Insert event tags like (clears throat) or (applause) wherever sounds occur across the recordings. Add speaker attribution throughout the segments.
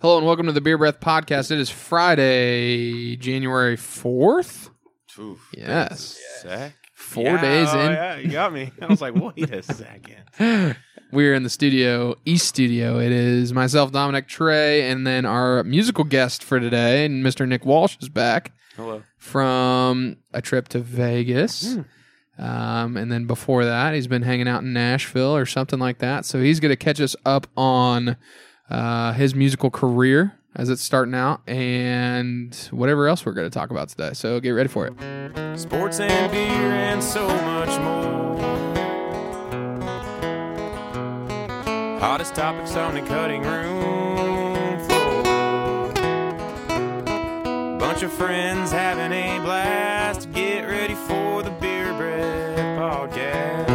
Speaker 1: Hello and welcome to the Beer Breath Podcast. It is Friday, January 4th.
Speaker 2: Oof.
Speaker 1: Yes.
Speaker 2: Sack.
Speaker 1: Four
Speaker 3: oh,
Speaker 1: days in.
Speaker 2: yeah, you got me. I was like, wait a second.
Speaker 1: We're in the studio, East Studio. It is myself, Dominic Trey, and then our musical guest for today, and Mr. Nick Walsh is back
Speaker 2: Hello.
Speaker 1: from a trip to Vegas. Um, and then before that, he's been hanging out in Nashville or something like that. So he's going to catch us up on uh, his musical career as it's starting out and whatever else we're going to talk about today. So get ready for it.
Speaker 3: Sports and beer and so much more. Hottest topics on the cutting room floor. Bunch of friends having a blast. Get ready for the Beer Bread Podcast.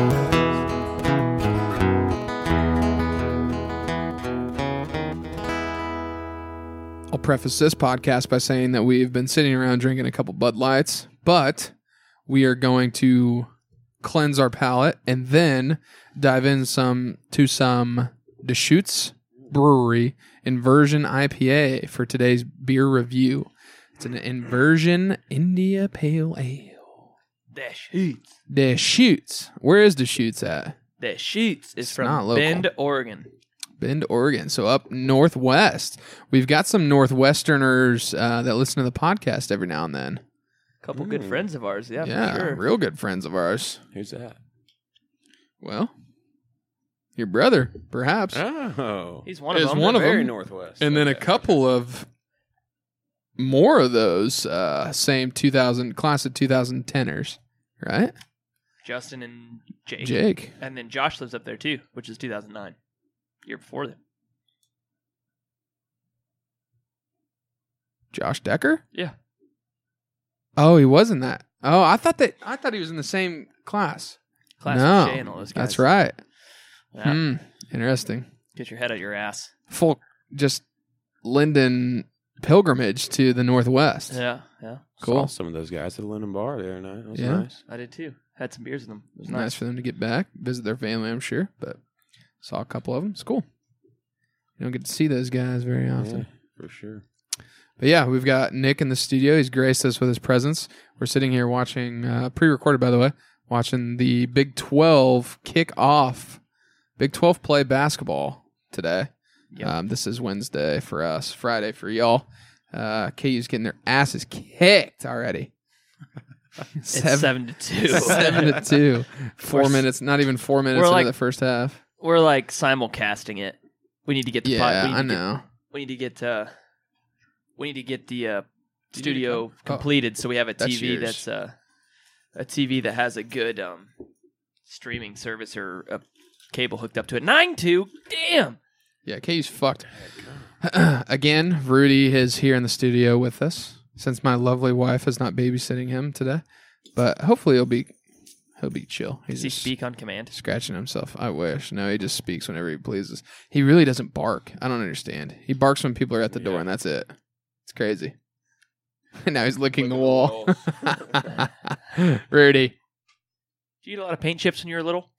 Speaker 1: I'll preface this podcast by saying that we've been sitting around drinking a couple Bud Lights, but we are going to cleanse our palate and then dive in some to some Deschutes Brewery Inversion IPA for today's beer review. It's an Inversion India Pale Ale.
Speaker 4: That shoots.
Speaker 1: Deschutes. Where is Deschutes at?
Speaker 4: That shoots is
Speaker 1: not
Speaker 4: from
Speaker 1: local.
Speaker 4: Bend, Oregon.
Speaker 1: Bend, Oregon. So up northwest. We've got some Northwesterners uh, that listen to the podcast every now and then.
Speaker 4: A couple good friends of ours. Yeah,
Speaker 1: yeah,
Speaker 4: for sure.
Speaker 1: real good friends of ours.
Speaker 2: Who's that?
Speaker 1: Well, your brother, perhaps,
Speaker 2: Oh.
Speaker 4: He's one
Speaker 1: Is
Speaker 4: of them.
Speaker 1: one of
Speaker 2: very
Speaker 1: them.
Speaker 2: northwest.
Speaker 1: and then a
Speaker 2: Okay.
Speaker 1: couple of more of those uh, same 2000 class of 2010ers, right?
Speaker 4: Justin and Jake.
Speaker 1: Jake,
Speaker 4: And then Josh lives up there too, which is 2009, year before them.
Speaker 1: Josh Decker.
Speaker 4: Yeah.
Speaker 1: Oh, he was in that. Oh, I thought that I thought he was in the same class.
Speaker 4: Class
Speaker 1: no,
Speaker 4: of Jay and all those guys.
Speaker 1: that's right.
Speaker 4: Yeah.
Speaker 1: Hmm, interesting.
Speaker 4: Get your head out your ass.
Speaker 1: Full just Linden pilgrimage to the Northwest.
Speaker 4: Yeah, yeah.
Speaker 1: Cool.
Speaker 2: Saw some of those guys at the Linden Bar the other night. That was
Speaker 1: Yeah.
Speaker 2: nice.
Speaker 4: I did too. Had some beers with them. It was
Speaker 1: It's nice.
Speaker 4: nice.
Speaker 1: for them to get back, visit their family, I'm sure. But saw a couple of them. It's cool. You don't get to see those guys very often.
Speaker 2: Yeah, for sure.
Speaker 1: But yeah, we've got Nick in the studio. He's graced us with his presence. We're sitting here watching, uh, pre recorded, by the way, watching the Big 12 kick off. Big 12 play basketball today.
Speaker 4: Yep.
Speaker 1: Um, this is Wednesday for us, Friday for y'all. Uh, KU's getting their asses kicked already.
Speaker 4: It's
Speaker 1: Seven-
Speaker 4: seven to
Speaker 1: (laughs)
Speaker 4: two.
Speaker 1: seven to two. Four
Speaker 4: We're s-
Speaker 1: minutes, not even four minutes
Speaker 4: like-
Speaker 1: into the first half.
Speaker 4: We're like simulcasting it. We need to get the pod-
Speaker 1: Yeah,
Speaker 4: we need
Speaker 1: I
Speaker 4: to get-
Speaker 1: know.
Speaker 4: we need to get uh, we need to get the uh,
Speaker 2: need Oh,
Speaker 4: studio completed so we have a
Speaker 1: That's
Speaker 4: TV
Speaker 1: yours.
Speaker 4: that's, uh, a TV that has a good um, streaming service or a cable hooked up to it. Nine two, damn.
Speaker 1: Yeah, KU's fucked. (clears throat) Again, Rudy is here in the studio with us since my lovely wife is not babysitting him today, but hopefully he'll be he'll be chill. He's
Speaker 4: Does he
Speaker 1: just
Speaker 4: speak on command?
Speaker 1: scratching himself. I wish. No, he just speaks whenever he pleases. He really doesn't bark. I don't understand. He barks when people are at the door, and that's it. It's crazy. (laughs) now he's licking the wall. (laughs)
Speaker 4: (laughs)
Speaker 1: Rudy.
Speaker 4: Do you eat a lot of paint chips when you were little?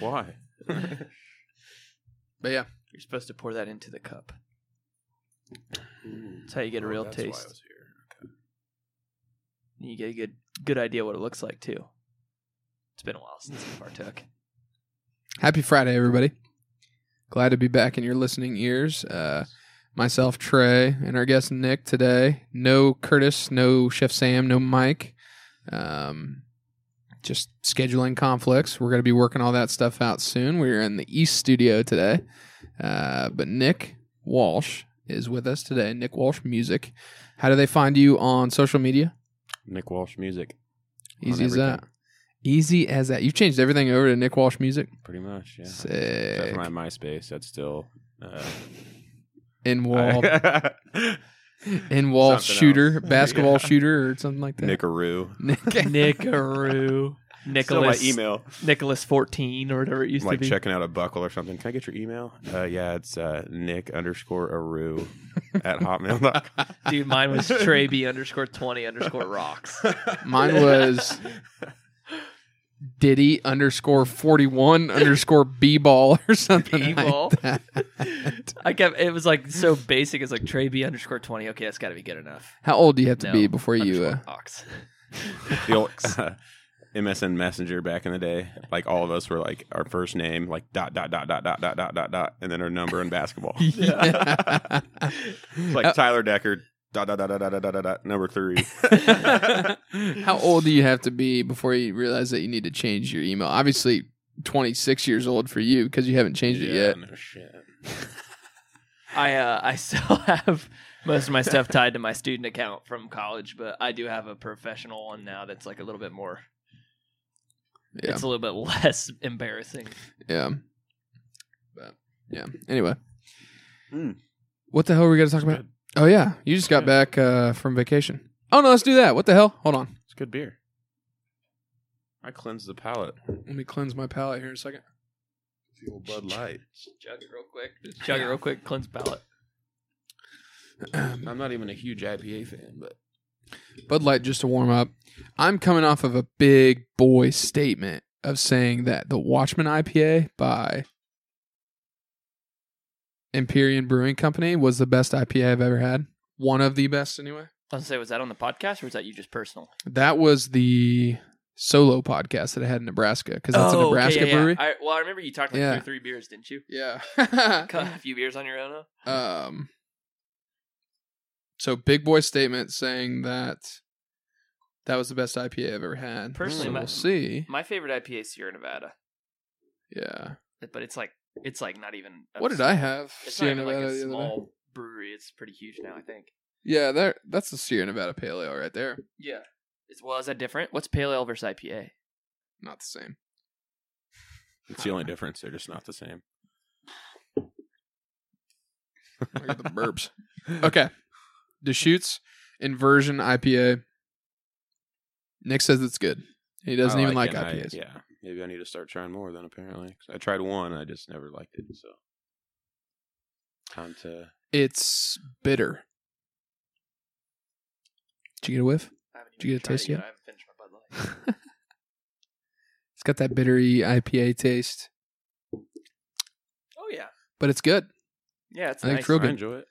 Speaker 2: Why?
Speaker 1: But yeah,
Speaker 4: You're supposed to pour that into the cup. That's how you
Speaker 2: Oh,
Speaker 4: get a real taste. And you get a good good idea what it looks like too. It's been a while since
Speaker 2: (laughs)
Speaker 4: I partook.
Speaker 1: Happy Friday, everybody. Glad to be back in your listening ears. Uh, myself, Trey, and our guest, Nick, today. No Curtis, no Chef Sam, no Mike. Um, just scheduling conflicts. We're going to be working all that stuff out soon. We're in the East studio today. Uh, but Nick Walsh is with us today. Nick Walsh Music. How do they find you on social media?
Speaker 2: Nick Walsh music, On
Speaker 1: Easy as
Speaker 2: everything.
Speaker 1: that. Easy as that. You've changed everything over to Nick Walsh Music.
Speaker 2: pretty much. Yeah. Except
Speaker 1: Sick.
Speaker 2: for my MySpace, that's still. Uh,
Speaker 1: In
Speaker 2: (laughs)
Speaker 1: wall in wall
Speaker 2: Something
Speaker 1: shooter,
Speaker 2: else.
Speaker 1: basketball
Speaker 2: (laughs) Yeah.
Speaker 1: shooter, or something like that.
Speaker 2: Nickaroo.
Speaker 1: Nick. (laughs)
Speaker 2: (laughs)
Speaker 4: Nickaroo.
Speaker 2: Still my
Speaker 4: Nicholas
Speaker 2: email.
Speaker 4: Nicholas fourteen or whatever it used
Speaker 2: like
Speaker 4: to be.
Speaker 2: checking out a buckle or something. Can I get your email? Uh, yeah, it's uh, Nick
Speaker 1: (laughs)
Speaker 2: underscore Aru at hotmail.com.
Speaker 4: Dude, mine was Trey B underscore twenty underscore rocks.
Speaker 2: (laughs)
Speaker 1: Mine was Diddy
Speaker 2: (laughs)
Speaker 1: underscore forty one underscore B ball or something
Speaker 4: B-ball.
Speaker 1: like that.
Speaker 4: I kept it was like so basic. It's like Trey B underscore twenty. Okay, that's got to be good enough.
Speaker 1: How old do you have to
Speaker 4: No,
Speaker 1: be before you? Uh,
Speaker 4: underscore ox.
Speaker 2: the old uh, (laughs) MSN Messenger back in the day. Like all of us were like our first name, like dot dot dot dot dot dot dot dot dot, and then our number
Speaker 1: (laughs)
Speaker 2: in basketball. It's
Speaker 1: Uh,
Speaker 2: like Tyler Decker, dot dot dot dot dot dot, dot dot dot,
Speaker 1: (laughs)
Speaker 2: number three.
Speaker 1: How old do you have to be before you realize that you need to change your email? Obviously, 26 years old for you because you haven't changed it yet.
Speaker 2: no shit.
Speaker 4: I uh, I (laughs) still have most of my stuff tied to my student account from college, but I do have a professional one now that's like a little bit more.
Speaker 1: Yeah.
Speaker 4: It's a little bit (laughs) less embarrassing.
Speaker 1: Yeah. But yeah. Anyway.
Speaker 2: Mm.
Speaker 1: What the hell were we gonna talk about?
Speaker 2: good.
Speaker 1: Oh yeah. You just got
Speaker 2: Yeah.
Speaker 1: back uh, from vacation. Oh no, let's do that. What the hell? Hold on.
Speaker 2: It's good beer. I cleanse the palate.
Speaker 1: Let me cleanse my palate here in a second. (clears throat)
Speaker 2: The old Bud Light.
Speaker 4: Chug it real quick. Chug it real quick. Cleanse palate.
Speaker 2: I'm not even a huge IPA fan, (laughs) but
Speaker 1: Bud Light just to warm up. I'm coming off of a big boy statement of saying that the Watchman IPA by Empyrean Brewing Company was the best IPA I've ever had. One of the best anyway.
Speaker 4: I was gonna say, was that on the podcast or was that you just personal?
Speaker 1: That was the solo podcast that I had in Nebraska because that's a
Speaker 4: Oh, okay,
Speaker 1: Nebraska
Speaker 4: yeah, yeah.
Speaker 1: brewery.
Speaker 4: I, well, I remember you talked like
Speaker 1: Yeah.
Speaker 4: two or three beers, didn't you?
Speaker 1: Yeah.
Speaker 4: (laughs) Cut a few beers on your own. huh?
Speaker 1: (laughs) um. So big boy statement saying that that was the best IPA I've ever had.
Speaker 4: Personally,
Speaker 1: so
Speaker 4: my-
Speaker 1: we'll see.
Speaker 4: My favorite IPA is Sierra Nevada,
Speaker 1: Yeah.
Speaker 4: but it's like it's like not even.
Speaker 1: What did I have?
Speaker 4: It's not even like
Speaker 1: Nevada
Speaker 4: a
Speaker 1: the other day?
Speaker 4: small brewery. It's pretty huge now, I think.
Speaker 1: Yeah, there. That's the Sierra Nevada Pale Ale right there.
Speaker 4: Yeah. Is, well, is that different? What's pale ale versus IPA?
Speaker 1: Not the same.
Speaker 2: it's the only difference. They're just not the same.
Speaker 1: Look
Speaker 4: (laughs)
Speaker 1: at the burps. Okay. Deschutes Inversion IPA. Nick says it's good. He doesn't
Speaker 2: I
Speaker 1: even like,
Speaker 2: it, and I-
Speaker 1: IPAs.
Speaker 2: yeah, maybe I need to start trying more then. Apparently, 'Cause I tried one, I just never liked it. So time to
Speaker 1: It's bitter. Did you get a whiff?
Speaker 4: I haven't
Speaker 1: Did you
Speaker 4: even
Speaker 1: get a
Speaker 4: tried it
Speaker 1: taste yet?
Speaker 4: I haven't finished my Bud Light.
Speaker 1: It's got that bittery IPA taste,
Speaker 4: Oh yeah,
Speaker 1: but it's good.
Speaker 4: yeah. It's
Speaker 1: I think
Speaker 4: nice.
Speaker 1: it's real
Speaker 2: I
Speaker 1: good.
Speaker 2: enjoy it.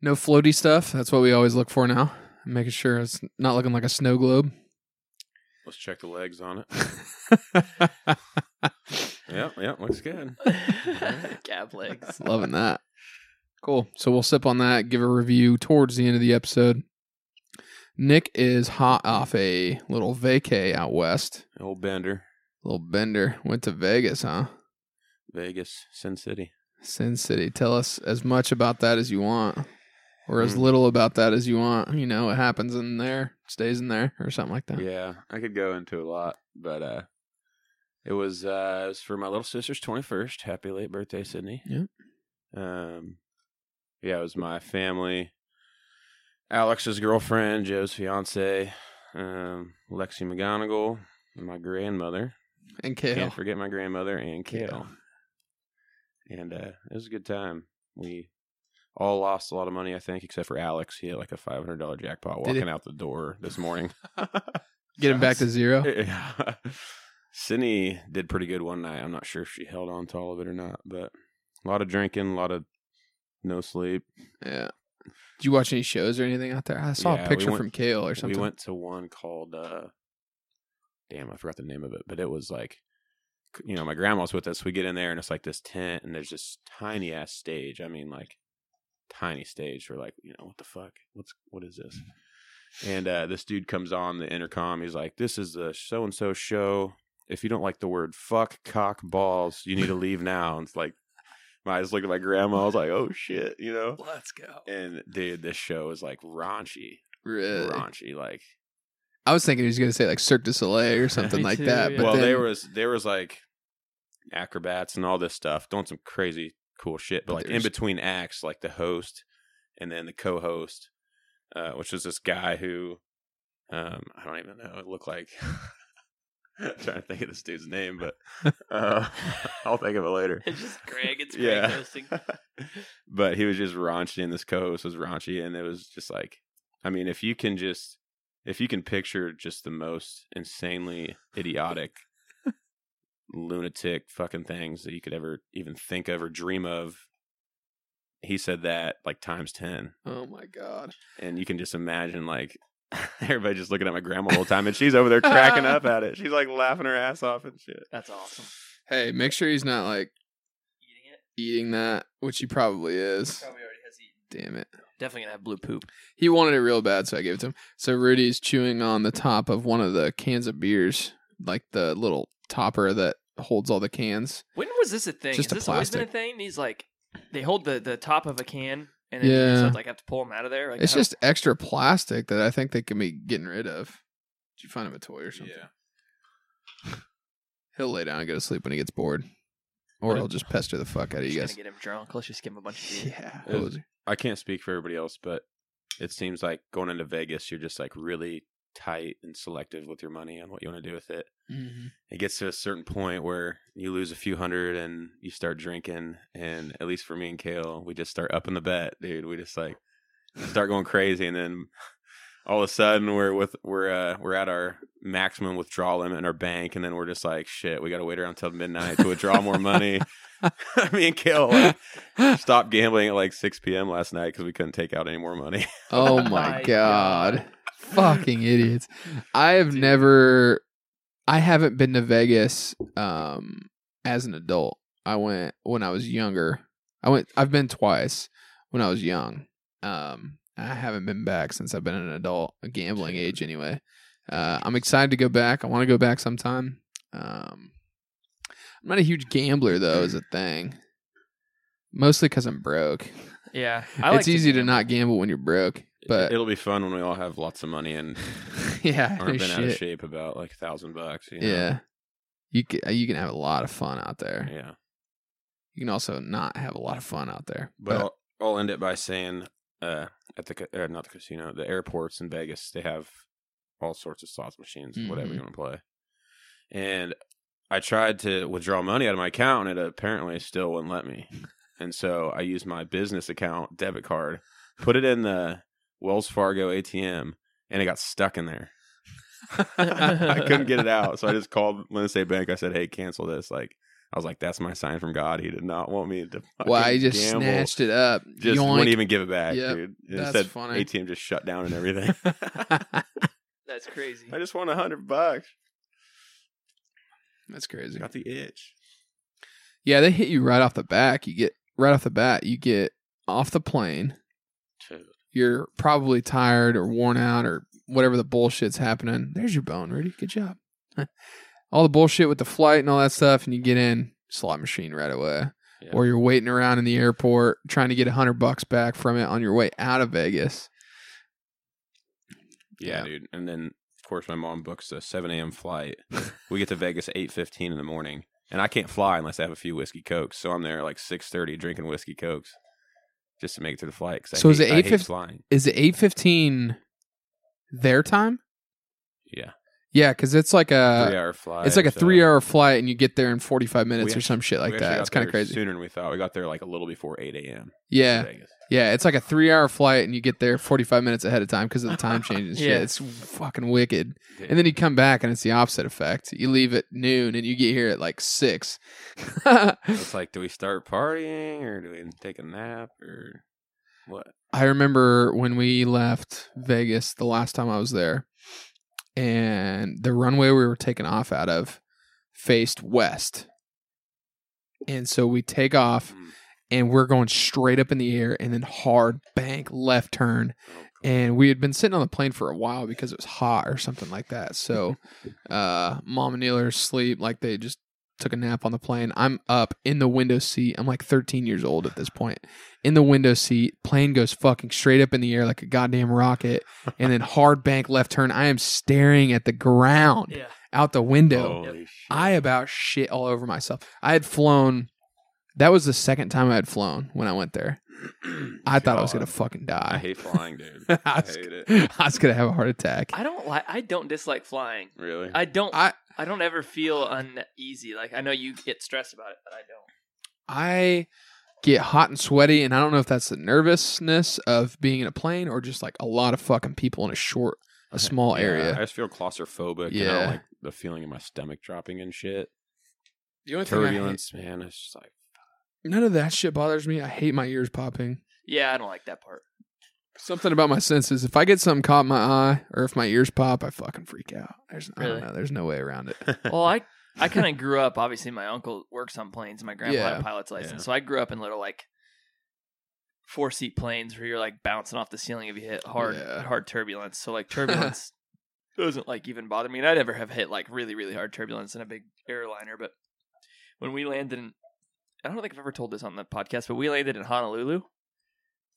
Speaker 1: No floaty stuff. That's what we always look for now. Making sure it's not looking like a snow globe. (laughs)
Speaker 2: Let's check the legs on it. Yeah, yeah, looks good.
Speaker 4: (laughs) Cab legs.
Speaker 1: Loving that. Cool. So we'll sip on that, give a review towards the end of the episode. Nick is hot off a little vacay out west.
Speaker 2: Old Bender,
Speaker 1: Little bender. Went to Vegas, huh?
Speaker 2: Vegas, Sin City.
Speaker 1: Sin City. Tell us as much about that as you want. Or as
Speaker 2: Hmm.
Speaker 1: little about that as you want. You know, it happens in there, stays in there, or something like that.
Speaker 2: Yeah, I could go into a lot, but uh, it was uh, it was for my little sister's twenty first. Happy late birthday, Sydney.
Speaker 1: Yep.
Speaker 2: Um, yeah, it was my family, Alex's girlfriend, Joe's fiance, um, Lexi McGonigal, and my grandmother.
Speaker 1: And kale.
Speaker 2: Can't forget my grandmother and
Speaker 1: Yeah.
Speaker 2: Kale. And uh, it was a good time. We all lost a lot of money, I think, except for Alex. He had like a five hundred dollar jackpot
Speaker 1: Did he?
Speaker 2: walking out the door this morning.
Speaker 1: Get him back to zero.
Speaker 2: (laughs) Yeah. Cindy did pretty good one night. I'm not sure if she held on to all of it or not, but a lot of drinking, a lot of no sleep.
Speaker 1: Yeah. Did you watch any shows or anything out there? I saw a
Speaker 2: Yeah, we
Speaker 1: picture
Speaker 2: went-
Speaker 1: from Kale or something.
Speaker 2: We went to one called uh damn, I forgot the name of it, but it was like you know, my grandma's with us. We get in there and it's like this tent and there's this tiny ass stage. I mean like tiny stage. We're like, you know, what the fuck? What's what is this?
Speaker 1: Mm-hmm.
Speaker 2: And uh this dude comes on the intercom. He's like, "This is the so and so show. If you don't like the word fuck, cock, balls, you need to leave now." And it's like I just looked at my grandma. I was like, "Oh shit," you know.
Speaker 4: Let's go.
Speaker 2: And dude, this show is like raunchy,
Speaker 1: Really?
Speaker 2: raunchy. Like
Speaker 1: I was thinking he was going to say like Cirque du
Speaker 2: (laughs)
Speaker 1: Soleil or something
Speaker 4: Me
Speaker 1: like
Speaker 4: too,
Speaker 1: that.
Speaker 4: yeah.
Speaker 1: But
Speaker 2: well,
Speaker 1: then,
Speaker 2: there was there was like acrobats and all this stuff, doing some crazy cool shit. But,
Speaker 1: But
Speaker 2: like in
Speaker 1: there's-
Speaker 2: between acts, like the host and then the co-host, uh, which was this guy who um, I don't even know. It looked like (laughs) I'm trying to think of this dude's name, but uh, (laughs) I'll think of it later.
Speaker 4: It's just Greg. It's Greg
Speaker 1: (laughs)
Speaker 2: Yeah.
Speaker 4: hosting.
Speaker 2: (laughs) but he was just raunchy, and this co-host was raunchy, and it was just like, I mean, if you can just, if you can picture just the most insanely idiotic, lunatic fucking things that you could ever even think of or dream of, he said that like times 10
Speaker 1: Oh my god.
Speaker 2: and you can just imagine like (laughs) everybody just looking at my grandma the whole time and she's over there cracking up at it she's like laughing her ass off and shit
Speaker 4: That's awesome.
Speaker 1: Hey, make sure he's not like
Speaker 4: Eating it.
Speaker 1: eating that, which he probably is.
Speaker 4: Probably already has eaten.
Speaker 1: Damn it.
Speaker 4: Definitely gonna have blue poop.
Speaker 1: He wanted it real bad, so I gave it to him. So Rudy's chewing on the top of one of the cans of beers, like the little topper that holds all the cans.
Speaker 4: When was this a thing?
Speaker 1: Just
Speaker 4: Has
Speaker 1: a
Speaker 4: this always been a
Speaker 1: plastic.
Speaker 4: thing? These like they hold the the top of a can and then you
Speaker 1: Yeah.
Speaker 4: just have, like have to pull them out of there. Like,
Speaker 1: It's
Speaker 4: I don't-
Speaker 1: just extra plastic that I think they can be getting rid of. Did you find him a toy or something? He'll lay down and go to sleep when he gets bored, or
Speaker 4: What if-
Speaker 1: he'll just pester the fuck out of
Speaker 4: just
Speaker 1: you
Speaker 4: gonna
Speaker 1: guys.
Speaker 4: get him drunk. Let's just give him a bunch of beer.
Speaker 1: Yeah.
Speaker 2: It was- i can't speak for everybody else but it seems like going into vegas you're just like really tight and selective with your money on what you want to do with it
Speaker 1: Mhm.
Speaker 2: it gets to a certain point where you lose a few hundred and you start drinking and at least for me and kale we just start upping the bet dude we just like start going crazy and then all of a sudden we're with we're uh we're at our maximum withdrawal limit in our bank and then we're just like shit we gotta wait around till midnight to withdraw
Speaker 1: (laughs)
Speaker 2: more money (laughs) me and kale like, stopped gambling at like 6 p.m last night because we couldn't take out any more money (laughs)
Speaker 1: Oh
Speaker 4: (laughs) My
Speaker 1: my god.
Speaker 4: (laughs)
Speaker 1: Fucking idiots. I have never I haven't been to Vegas um as an adult. I went when I was younger. I went I've been twice when I was young. Um I haven't been back since I've been an adult, a gambling age anyway. Uh I'm excited to go back. I want to go back sometime. Um I'm not a huge gambler though, is a thing. Mostly cuz I'm broke.
Speaker 4: Yeah,
Speaker 1: it's easy to not gamble when you're broke, but
Speaker 2: it'll be fun when we all have lots of money and
Speaker 1: (laughs) yeah, no
Speaker 2: aren't been out of
Speaker 1: shit.
Speaker 2: shape about like a thousand bucks you know?
Speaker 1: yeah. You can, you can have a lot of fun out there.
Speaker 2: yeah
Speaker 1: You can also not have a lot of fun out there.
Speaker 2: But I'll, I'll end it by saying, uh, at the ca- uh, not the casino, the airports in Vegas, they have all sorts of slots machines, whatever you
Speaker 1: Mm-hmm.
Speaker 2: want to play. And I tried to withdraw money out of my account, and it apparently still wouldn't let me. And so I used my business account debit card, put it in the Wells Fargo ATM, and it got stuck in there. I
Speaker 4: (laughs)
Speaker 2: couldn't get it out, so
Speaker 1: (laughs)
Speaker 2: I just called Lindsay State Bank. I said, "Hey, cancel this." Like I was like, "That's my sign from God. He did not want me to." fucking
Speaker 1: well, I just
Speaker 2: gamble
Speaker 1: snatched it up.
Speaker 2: just
Speaker 1: Yoink.
Speaker 2: wouldn't even give it back,
Speaker 1: Yep,
Speaker 2: dude. It
Speaker 1: that's
Speaker 2: said
Speaker 1: funny.
Speaker 2: ATM just shut down
Speaker 1: (laughs)
Speaker 2: and everything.
Speaker 4: That's crazy.
Speaker 2: I just won a hundred bucks.
Speaker 1: That's crazy.
Speaker 2: Got the itch.
Speaker 1: Yeah, they hit you right off the back. You get right off the bat. You get off the plane. You're probably tired or worn out or whatever the bullshit's happening. There's your bone, Rudy. Good job. (laughs) all the bullshit with the flight and all that stuff, and you get in slot machine right away.
Speaker 2: Yeah.
Speaker 1: Or you're waiting around in the airport trying to get a hundred bucks back from it on your way out of Vegas.
Speaker 2: Yeah,
Speaker 1: Yeah.
Speaker 2: dude. And then of course my mom books a seven
Speaker 1: (laughs)
Speaker 2: AM flight. we get to Vegas at eight fifteen in the morning. And I can't fly unless I have a few whiskey cokes. So I'm there like six thirty drinking whiskey cokes just to make it through the flight. 'cause I
Speaker 1: So is
Speaker 2: hate-
Speaker 1: it
Speaker 2: I hate
Speaker 1: 8:15?
Speaker 2: flying?
Speaker 1: Is it eight fifteen their time?
Speaker 2: Yeah,
Speaker 1: Yeah, because it's like
Speaker 2: three
Speaker 1: a
Speaker 2: hour flight.
Speaker 1: Uh, it's like a
Speaker 2: so-
Speaker 1: three hour flight, and you get there in forty five minutes or
Speaker 2: actu-
Speaker 1: some shit
Speaker 2: we
Speaker 1: like
Speaker 2: actually
Speaker 1: that.
Speaker 2: got
Speaker 1: It's kind
Speaker 2: there
Speaker 1: of crazy.
Speaker 2: Sooner than we thought. We got there like a little before eight a.m. to
Speaker 1: Yeah,
Speaker 2: Vegas.
Speaker 1: yeah, it's like a three hour flight, and you get
Speaker 2: (laughs)
Speaker 1: there forty five minutes ahead of time because of the time change and shit.
Speaker 4: Yeah.
Speaker 1: It's fucking wicked. And then you come back, and it's the opposite effect. You leave at noon, and you get here at like six. (laughs)
Speaker 2: It's like, do we start partying or do we take a nap or what?
Speaker 1: I remember when we left Vegas the last time I was there, and the runway we were taking off out of faced west. And so we take off
Speaker 2: Mm.
Speaker 1: and we're going straight up in the air and then hard bank left turn
Speaker 2: oh,
Speaker 1: (laughs) and we had been sitting on the plane for a while because it was hot or something like that.
Speaker 2: (laughs)
Speaker 1: So, uh, mom and Neil are asleep, like they just took a nap on the plane. I'm up in the window seat. I'm like 13 years old at this point. In the window seat, plane goes fucking straight up in the air like a goddamn rocket, and
Speaker 2: (laughs)
Speaker 1: then hard bank left turn. I am staring at the ground
Speaker 4: yeah,
Speaker 1: out the window.
Speaker 2: Holy Oh, shit.
Speaker 1: I about shit all over myself. I had flown. That was the second time I had flown when I went
Speaker 2: (clears throat)
Speaker 1: there. I thought I was gonna
Speaker 2: God.
Speaker 1: fucking
Speaker 2: I
Speaker 1: die. (laughs)
Speaker 2: hate flying, dude.
Speaker 1: I
Speaker 2: I
Speaker 1: was-
Speaker 2: hate it.
Speaker 1: I was gonna (laughs) have a heart attack.
Speaker 4: I don't like. I don't dislike flying.
Speaker 2: Really?
Speaker 4: I don't. I,
Speaker 1: I-
Speaker 4: don't ever feel uneasy. Like I know you get stressed about it, but I don't.
Speaker 1: I get hot and sweaty, and I don't know if that's the nervousness of being in a plane or just like a lot of fucking people in a short,
Speaker 2: (laughs)
Speaker 1: a small
Speaker 2: Yeah, I
Speaker 1: area.
Speaker 2: just feel claustrophobic. Yeah.
Speaker 1: Yeah.
Speaker 2: like the feeling of my stomach dropping and shit.
Speaker 1: The only
Speaker 2: Turbulence, man. It's just like
Speaker 1: None of that shit bothers me. I hate my ears popping.
Speaker 4: Yeah, I don't like that part.
Speaker 1: Something about my senses. If I get something caught in my eye or if my ears pop, I fucking freak out. There's I
Speaker 4: Really?
Speaker 1: don't know. There's no way around it.
Speaker 4: (laughs)
Speaker 1: (laughs)
Speaker 4: Well, I I kind of grew up. Obviously, my uncle works on planes. and My grandpa had
Speaker 1: Yeah.
Speaker 4: a pilot's license,
Speaker 2: Yeah.
Speaker 4: so I grew up in little like four seat planes where you're like bouncing off the ceiling if you hit hard
Speaker 1: Yeah.
Speaker 4: hard turbulence.
Speaker 1: (laughs)
Speaker 4: So like turbulence doesn't like even bother me. And I'd ever have hit like really really hard turbulence in a big airliner, but when we landed in, I don't think I've ever told this on the podcast, but we landed in Honolulu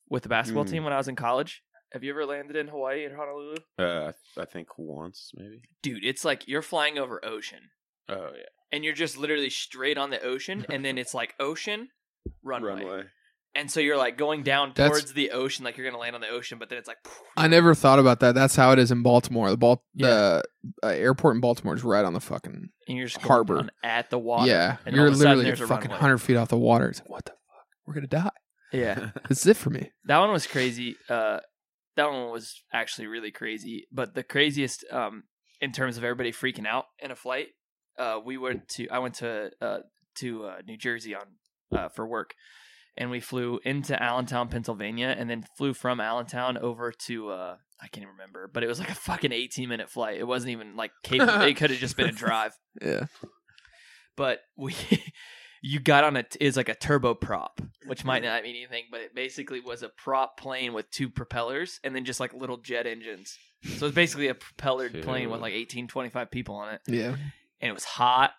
Speaker 4: with the basketball
Speaker 1: Hmm.
Speaker 2: Mm.
Speaker 4: team when I was in college. Have you ever landed in Hawaii in Honolulu?
Speaker 2: Uh, I think once maybe.
Speaker 4: Dude, it's like you're flying over ocean
Speaker 2: Oh
Speaker 4: and you're just literally straight on the ocean and then it's like ocean runway. and so you're like going down
Speaker 1: That's-
Speaker 4: towards the ocean like you're gonna land on the ocean but then it's like
Speaker 1: I never thought about that. That's how it is in Baltimore. The Bal- the uh, airport in Baltimore is right on the fucking
Speaker 4: and you're just
Speaker 1: harbor.
Speaker 4: harbor at the water
Speaker 1: yeah.
Speaker 4: and all
Speaker 1: You're
Speaker 4: of a sudden
Speaker 1: literally
Speaker 4: there's a
Speaker 1: fucking
Speaker 4: runway.
Speaker 1: hundred feet off the water. It's like what the fuck? We're gonna die. (laughs)
Speaker 4: yeah
Speaker 2: yeah.
Speaker 1: That's it for me.
Speaker 4: that one was crazy uh that one was actually really crazy but the craziest um in terms of everybody freaking out in a flight uh we went to i went to uh to uh new jersey on uh for work and we flew into Allentown, Pennsylvania, and then flew from Allentown over to uh, I can't even remember, but it was like a fucking eighteen minute flight. It wasn't even like capable. it could have just been a drive.
Speaker 1: Yeah.
Speaker 4: But we, (laughs) you got on a is like a turboprop, which might not mean anything, but it basically was a prop plane with two propellers and then just like little jet engines. So it's basically a propellered plane with
Speaker 2: Dude.
Speaker 4: like 18, 25 people on it
Speaker 1: Yeah.
Speaker 4: and it was hot.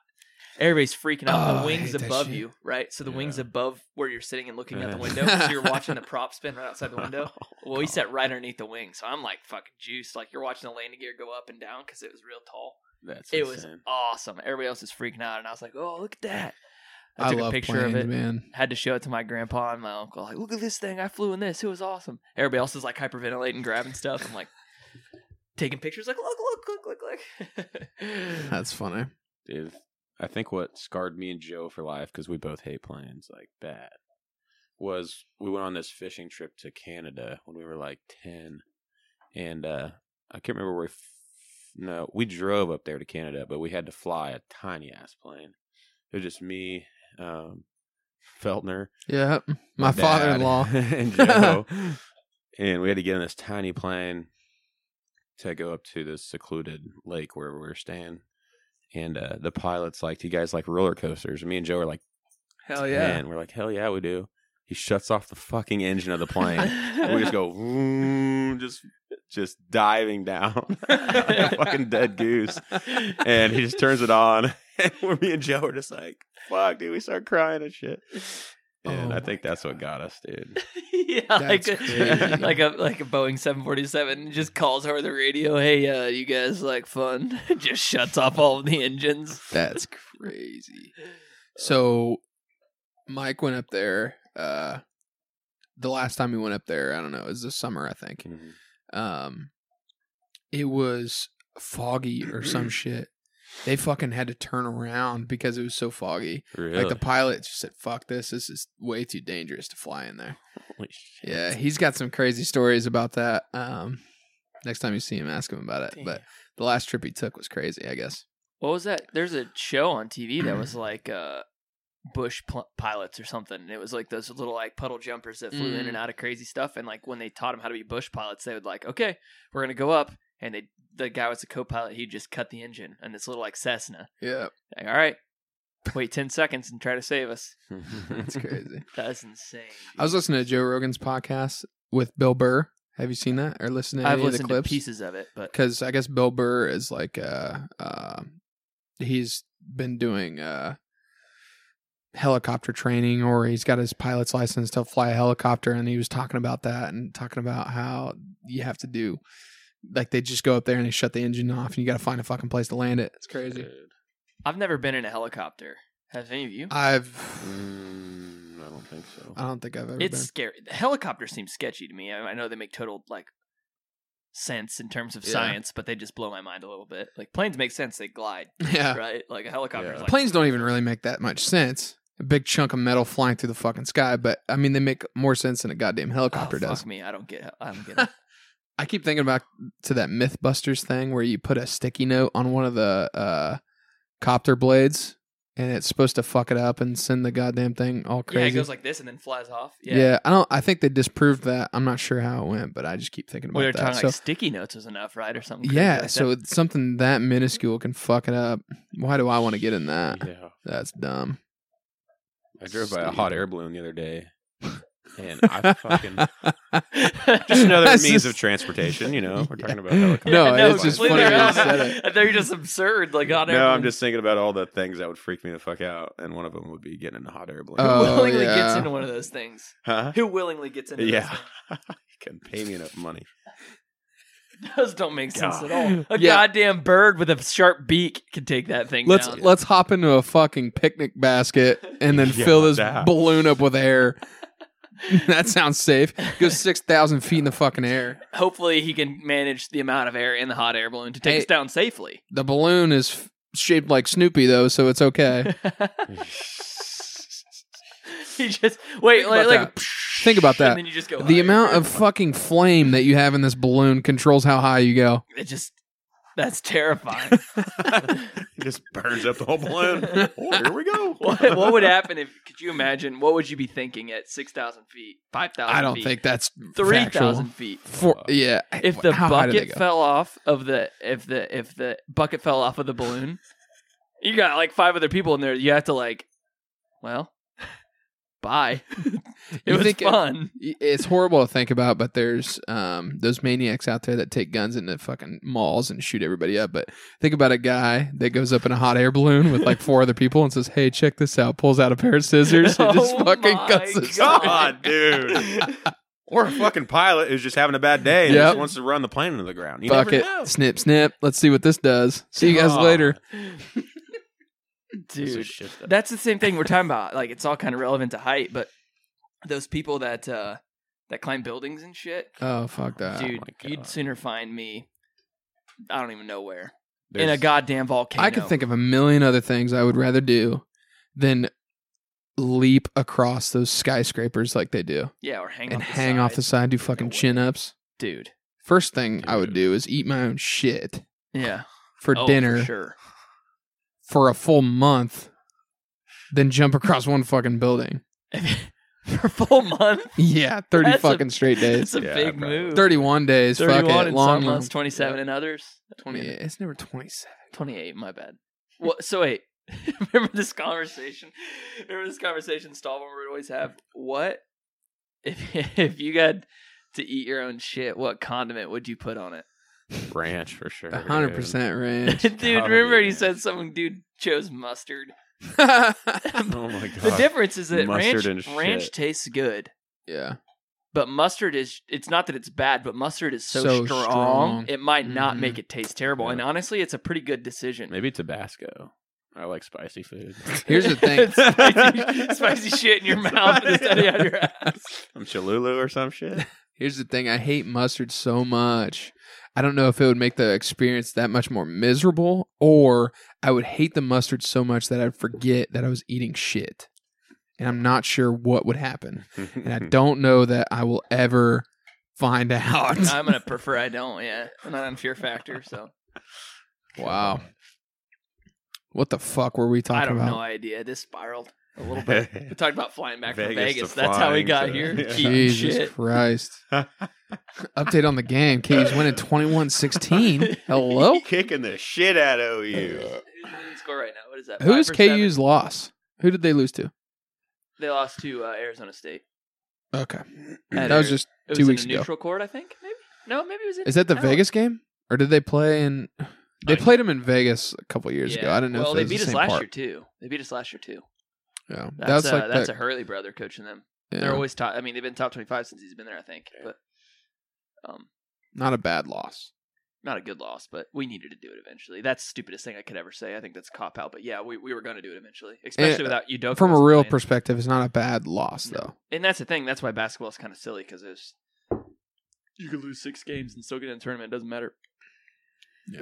Speaker 4: Everybody's freaking out.
Speaker 1: Oh, I
Speaker 4: the wings
Speaker 1: hate that
Speaker 4: above
Speaker 1: shit.
Speaker 4: you, right? So the wings
Speaker 2: Yeah.
Speaker 4: above where you're sitting and looking out the
Speaker 2: Yeah.
Speaker 4: window. so you're
Speaker 1: (laughs)
Speaker 4: watching the prop spin right outside the window.
Speaker 1: Oh,
Speaker 4: Well, we sat right underneath the wing, so I'm like fucking juiced. Like you're watching the landing gear go up and down because it was real tall.
Speaker 2: (laughs) That's
Speaker 4: It was
Speaker 2: insane.
Speaker 4: awesome. Everybody else is freaking out, and I was like, "Oh, look at that!" I
Speaker 1: I,
Speaker 4: took
Speaker 1: love
Speaker 4: a picture
Speaker 1: planes,
Speaker 4: of it.
Speaker 1: man.
Speaker 4: Had to show it to my grandpa and my uncle. Like, look at this thing. I flew in this. It was awesome. Everybody else is like hyperventilating, grabbing stuff. I'm like taking pictures. Like, look, look, look,
Speaker 2: (laughs)
Speaker 4: look, look.
Speaker 1: That's funny.
Speaker 2: Dude, I think what scarred me and Joe for life because we both hate planes like bad was we went on this fishing trip to Canada when we were like ten, and uh, I can't remember where. We f- no, we drove up there to Canada, but we had to fly a tiny ass plane. It was just me, um, Feltner,
Speaker 1: Yeah. My
Speaker 2: dad,
Speaker 1: father in
Speaker 2: (laughs)
Speaker 4: (laughs)
Speaker 1: law. (laughs)
Speaker 2: and Joe, and we had to get on this tiny plane to go up to this secluded lake where we were staying. And uh, the pilot's like, "Do you guys like roller coasters?" And me and Joe are like,
Speaker 1: Hell
Speaker 2: "Man, we're like, hell yeah, we do." He shuts off the fucking engine of the plane. and we
Speaker 1: (laughs)
Speaker 2: just
Speaker 4: (laughs)
Speaker 2: go, (laughs) "Vroom," just just
Speaker 1: (laughs)
Speaker 2: diving down, (laughs) like a fucking dead goose. And he just turns it on, (laughs) and we're- me and Joe are just like, "Fuck, dude!" We start crying and shit. And
Speaker 1: Oh
Speaker 2: I think that's what got us, dude.
Speaker 4: yeah,
Speaker 1: That's
Speaker 4: like a,
Speaker 1: crazy.
Speaker 4: like a like a Boeing 747 just calls over the radio, "Hey, uh, you guys like fun?" (laughs) just shuts off all of the engines.
Speaker 1: That's crazy. So Mike went up there uh the last time he went up there, I don't know, it was this summer, I think.
Speaker 2: Mm-hmm.
Speaker 1: Um it was foggy or
Speaker 4: (clears throat)
Speaker 1: some shit. They fucking had to turn around because it was so foggy.
Speaker 2: Really?
Speaker 1: Like the pilot just said, "Fuck this! This is way too dangerous to fly in there."
Speaker 2: Holy
Speaker 1: (laughs)
Speaker 2: shit.
Speaker 1: Yeah, he's got some crazy stories about that. Um, next time you see him, ask him about it. But the last trip he took was crazy, I guess.
Speaker 4: What was that? There's a show on TV that
Speaker 1: (clears throat)
Speaker 4: was like uh, bush pl- pilots or something. And it was like those little like puddle jumpers that flew in
Speaker 1: Mm.
Speaker 4: and out of crazy stuff. And like when they taught them how to be bush pilots, they would like, okay, we're gonna go up. And they the guy was a co-pilot. He'd just cut the engine and this little like Cessna.
Speaker 1: Yeah, (laughs)
Speaker 4: Like, all right, wait ten seconds and try to save us.
Speaker 1: it's crazy.
Speaker 4: That's insane.
Speaker 1: I was listening to Joe Rogan's podcast with Bill Burr. Have you seen that or listened to any
Speaker 4: I've
Speaker 1: of the
Speaker 4: listened to
Speaker 1: clips?
Speaker 4: pieces of it, but
Speaker 1: Because I guess Bill Burr is like, uh, uh, he's been doing uh, helicopter training, or he's got his pilot's license to fly a helicopter, and he was talking about that and talking about how you have to do. Like they just go up there and they shut the engine off, and you got to find a fucking place to land it. It's crazy.
Speaker 2: Dude.
Speaker 4: I've never been in a helicopter. Have any of you?
Speaker 2: (sighs)
Speaker 1: I've
Speaker 2: Mm, I don't think so.
Speaker 1: I don't think I've ever
Speaker 4: it's
Speaker 1: been.
Speaker 4: scary. The helicopter seems sketchy to me. I, I know they make total like sense in terms of
Speaker 1: Yeah.
Speaker 4: science, but they just blow my mind a little bit. Like planes make sense; they glide,
Speaker 1: Yeah,
Speaker 4: right? Like a helicopter.
Speaker 2: Yeah.
Speaker 4: Is like,
Speaker 1: planes don't even really make that much sense. A big chunk of metal flying through the fucking sky, but I mean they make more sense than a goddamn
Speaker 4: oh,
Speaker 1: helicopter
Speaker 4: fuck
Speaker 1: does.
Speaker 4: me. I don't get.
Speaker 1: (laughs)
Speaker 4: I don't get. It.
Speaker 1: I keep thinking back to that MythBusters thing where you put a sticky note on one of the uh, copter blades and it's supposed to fuck it up and send the goddamn thing all
Speaker 4: Yeah, it
Speaker 1: crazy.
Speaker 4: goes like this and then flies off.
Speaker 1: yeah.
Speaker 4: Yeah.
Speaker 1: I don't. I think they disproved that. I'm not sure how it went, but I just keep thinking about
Speaker 4: Well, they're
Speaker 1: that.
Speaker 4: talking
Speaker 1: so
Speaker 4: like sticky notes was enough, right, or something? crazy
Speaker 1: yeah,
Speaker 4: like
Speaker 1: so
Speaker 4: that.
Speaker 1: it's something that minuscule can fuck it up. Why do I want to get in that?
Speaker 2: Yeah.
Speaker 1: That's dumb.
Speaker 2: I drove by a
Speaker 1: Steve.
Speaker 2: hot air balloon the
Speaker 1: (laughs)
Speaker 2: other day, and I fucking just
Speaker 1: (laughs)
Speaker 4: (laughs)
Speaker 1: Just
Speaker 2: another
Speaker 1: That's
Speaker 2: means
Speaker 1: just-
Speaker 2: of transportation. You know, we're
Speaker 1: Yeah.
Speaker 2: talking about
Speaker 1: (laughs)
Speaker 2: helicopters.
Speaker 4: (laughs)
Speaker 1: No,
Speaker 4: Yeah,
Speaker 1: it's just
Speaker 2: (laughs)
Speaker 4: completely
Speaker 1: funny how you
Speaker 4: wrong.
Speaker 1: said it.
Speaker 4: (laughs) I thought you were just absurd, like on
Speaker 2: No, I'm
Speaker 4: everyone
Speaker 2: just thinking about all the things that would freak me the fuck out, and one of them would be getting in a hot air balloon.
Speaker 4: (laughs) who
Speaker 1: Oh,
Speaker 4: willingly
Speaker 1: yeah.
Speaker 4: gets into one of those things.
Speaker 2: (laughs) huh?
Speaker 4: Who willingly gets into
Speaker 2: Yeah, (laughs)
Speaker 4: those
Speaker 2: you can pay me
Speaker 1: (laughs)
Speaker 2: enough money.
Speaker 4: things? Those don't make sense
Speaker 2: God.
Speaker 4: at all. A
Speaker 1: Yeah.
Speaker 4: goddamn bird with a sharp beak can take that thing
Speaker 1: Let's
Speaker 4: down.
Speaker 1: let's hop into a fucking picnic
Speaker 4: (laughs)
Speaker 1: basket and then
Speaker 2: Yeah,
Speaker 1: fill this
Speaker 2: that.
Speaker 1: balloon up with air. (laughs) that sounds safe. Goes six thousand feet in the fucking air.
Speaker 4: Hopefully, he can manage the amount of air in the hot air balloon to take
Speaker 1: Hey.
Speaker 4: us down safely. (laughs)
Speaker 1: The balloon is f- shaped like Snoopy though, so it's
Speaker 4: (laughs)
Speaker 1: okay.
Speaker 4: he just wait, like,
Speaker 1: about
Speaker 4: like
Speaker 1: that. Think about
Speaker 4: and
Speaker 1: that.
Speaker 4: then you just go
Speaker 1: The
Speaker 4: higher.
Speaker 1: amount of fucking flame that you have in this balloon controls how high you go.
Speaker 4: it just that's terrifying.
Speaker 1: (laughs)
Speaker 2: It just burns up the whole balloon. Oh, here we go.
Speaker 4: what, what would happen if? Could you imagine? What would you be thinking at six thousand feet, five thousand?
Speaker 1: I don't think that's
Speaker 4: three
Speaker 1: factual.
Speaker 4: thousand feet.
Speaker 1: Four, yeah.
Speaker 4: (laughs) If the
Speaker 1: How high do they
Speaker 4: bucket
Speaker 1: go?
Speaker 4: fell off of the if the if the bucket fell off of the balloon, (laughs) you got like five other people in there. You have to like, well, (laughs) bye. it
Speaker 1: You
Speaker 4: was
Speaker 1: think it-
Speaker 4: (laughs) fun.
Speaker 1: it's horrible to think about, but there's um, those maniacs out there that take guns into fucking malls and shoot everybody up. But think about a guy that goes up in a hot air balloon with like four other people and says, "Hey, check this out!" Pulls out a pair of scissors
Speaker 4: (laughs)
Speaker 1: and just
Speaker 4: Oh
Speaker 1: fucking
Speaker 4: my
Speaker 1: cuts us.
Speaker 2: (laughs)
Speaker 4: God.
Speaker 2: God, dude. Or a fucking pilot who's just having a bad day and
Speaker 1: Yep.
Speaker 2: just wants to run the plane into the ground. You
Speaker 1: Bucket,
Speaker 2: never know.
Speaker 1: snip, snip. Let's see what this does. See you guys
Speaker 2: God.
Speaker 1: later.
Speaker 2: This is
Speaker 4: dude.
Speaker 2: shit that-
Speaker 4: That's the same thing we're talking about. Like it's all kind of relevant to height, but those people that uh that climb buildings and shit,
Speaker 1: Oh fuck that.
Speaker 4: dude,
Speaker 2: my
Speaker 4: you'd
Speaker 2: God.
Speaker 4: sooner find me. I don't even know where in a
Speaker 2: There's-
Speaker 4: goddamn volcano.
Speaker 1: I could think of a million other things I would rather do than leap across those skyscrapers like they do
Speaker 4: yeah, or hang
Speaker 1: and
Speaker 4: off the
Speaker 1: hang
Speaker 4: side.
Speaker 1: off the side, do fucking
Speaker 4: way.
Speaker 1: chin ups.
Speaker 4: dude.
Speaker 1: First thing I would do is eat my own shit
Speaker 4: Yeah,
Speaker 1: for
Speaker 4: Oh,
Speaker 1: dinner for,
Speaker 4: sure.
Speaker 1: a full month, then jump across one fucking building. (laughs)
Speaker 4: (laughs) for a full month.
Speaker 1: Yeah, thirty
Speaker 4: That's a-
Speaker 1: fucking straight days.
Speaker 4: (laughs) That's a
Speaker 2: Yeah,
Speaker 4: big
Speaker 2: probably.
Speaker 4: move.
Speaker 1: Thirty-one days. fuck
Speaker 4: 31
Speaker 1: it.
Speaker 4: in
Speaker 1: Long
Speaker 4: some months,
Speaker 1: months.
Speaker 4: 27 in others. 20,
Speaker 1: Yeah, it's never twenty-seven.
Speaker 4: 28, my bad. Well, (laughs) so wait, remember this conversation? Remember this conversation Stallman would always have? What if (laughs) if you got to eat your own shit? What condiment would you put on it,
Speaker 2: ranch for sure.
Speaker 1: A hundred
Speaker 2: dude.
Speaker 1: percent ranch.
Speaker 4: (laughs) dude?
Speaker 2: gotta
Speaker 4: Remember
Speaker 2: be-
Speaker 4: he said someone dude chose mustard. (laughs)
Speaker 1: (laughs)
Speaker 2: Oh my god.
Speaker 4: The difference is that
Speaker 2: Mustard
Speaker 4: ranch
Speaker 2: and shit.
Speaker 4: ranch tastes good.
Speaker 1: yeah.
Speaker 4: But mustard is it's not that it's bad, but mustard is so,
Speaker 1: So
Speaker 4: strong,
Speaker 1: strong.
Speaker 4: it might not
Speaker 1: Mhm.
Speaker 4: make it taste terrible.
Speaker 2: Yeah.
Speaker 4: And honestly, it's a pretty good decision.
Speaker 2: Maybe Tabasco. I like spicy food.
Speaker 1: Here's
Speaker 2: (laughs)
Speaker 1: the thing.
Speaker 4: (laughs) spicy, spicy shit
Speaker 1: (laughs)
Speaker 4: in your mouth instead of out your ass.
Speaker 2: I'm Cholula or some (laughs) shit.
Speaker 1: Here's the thing. I hate mustard so much. I don't know if it would make the experience that much more miserable, or I would hate the mustard so much that I'd forget that I was eating shit, and I'm not sure what would happen. and
Speaker 2: (laughs)
Speaker 4: (laughs)
Speaker 1: I don't know that I will ever find out.
Speaker 4: I'm gonna prefer I don't. Yeah, I'm not on Fear Factor, so
Speaker 1: (laughs) wow. What the fuck were we talking
Speaker 4: I don't
Speaker 1: about?
Speaker 4: no idea. This spiraled a
Speaker 1: (laughs)
Speaker 4: little bit. We talked about flying back from
Speaker 2: Vegas to
Speaker 4: Vegas. That's how we
Speaker 2: flying
Speaker 4: got
Speaker 2: to-
Speaker 4: here.
Speaker 2: Yeah.
Speaker 4: Keaton
Speaker 1: Jesus
Speaker 4: shit. (laughs)
Speaker 1: Christ. Update on the game. Kings winning 21
Speaker 4: (laughs)
Speaker 1: 16. Hello?
Speaker 2: Kicking the shit out of you.
Speaker 4: Who's leading score right now? What is that?
Speaker 1: Who
Speaker 4: Five
Speaker 1: is
Speaker 4: for seven?
Speaker 1: KU's loss? Who did they lose to?
Speaker 4: They lost to uh, Arizona State.
Speaker 1: Okay.
Speaker 4: At
Speaker 1: That was
Speaker 4: Ari-
Speaker 1: just.
Speaker 4: It was
Speaker 1: two
Speaker 4: in
Speaker 1: weeks
Speaker 4: a
Speaker 1: ago.
Speaker 4: neutral court, I think. Maybe no, maybe it was. In,
Speaker 1: Is that the
Speaker 4: I don't-
Speaker 1: Vegas game? Or did they play in. They played them in Vegas a couple years ago.
Speaker 4: Yeah.
Speaker 1: I don't know
Speaker 4: Well,
Speaker 1: if
Speaker 4: they
Speaker 1: it was
Speaker 4: beat
Speaker 1: the
Speaker 4: us
Speaker 1: same
Speaker 4: last
Speaker 1: part.
Speaker 4: year too. They beat us last year too.
Speaker 1: Yeah.
Speaker 4: That's,
Speaker 1: That's,
Speaker 4: uh,
Speaker 1: like
Speaker 4: that's
Speaker 1: that-
Speaker 4: a Hurley brother coaching them.
Speaker 1: yeah.
Speaker 4: They're always top. I mean, they've been top twenty-five since he's been there, I think. But um,
Speaker 1: not a bad loss.
Speaker 4: not a good loss. But we needed to do it eventually. That's the stupidest thing I could ever say. I think that's a cop out. But yeah, we, we were going to do it eventually, especially without Udoka.
Speaker 1: uh, From a
Speaker 4: wasn't
Speaker 1: real
Speaker 4: playing.
Speaker 1: perspective, it's not a bad loss,
Speaker 4: No.
Speaker 1: though.
Speaker 4: and that's the thing. That's why basketball is kind of silly because there's you could lose six games and still get in the tournament. It doesn't matter.
Speaker 1: Yeah.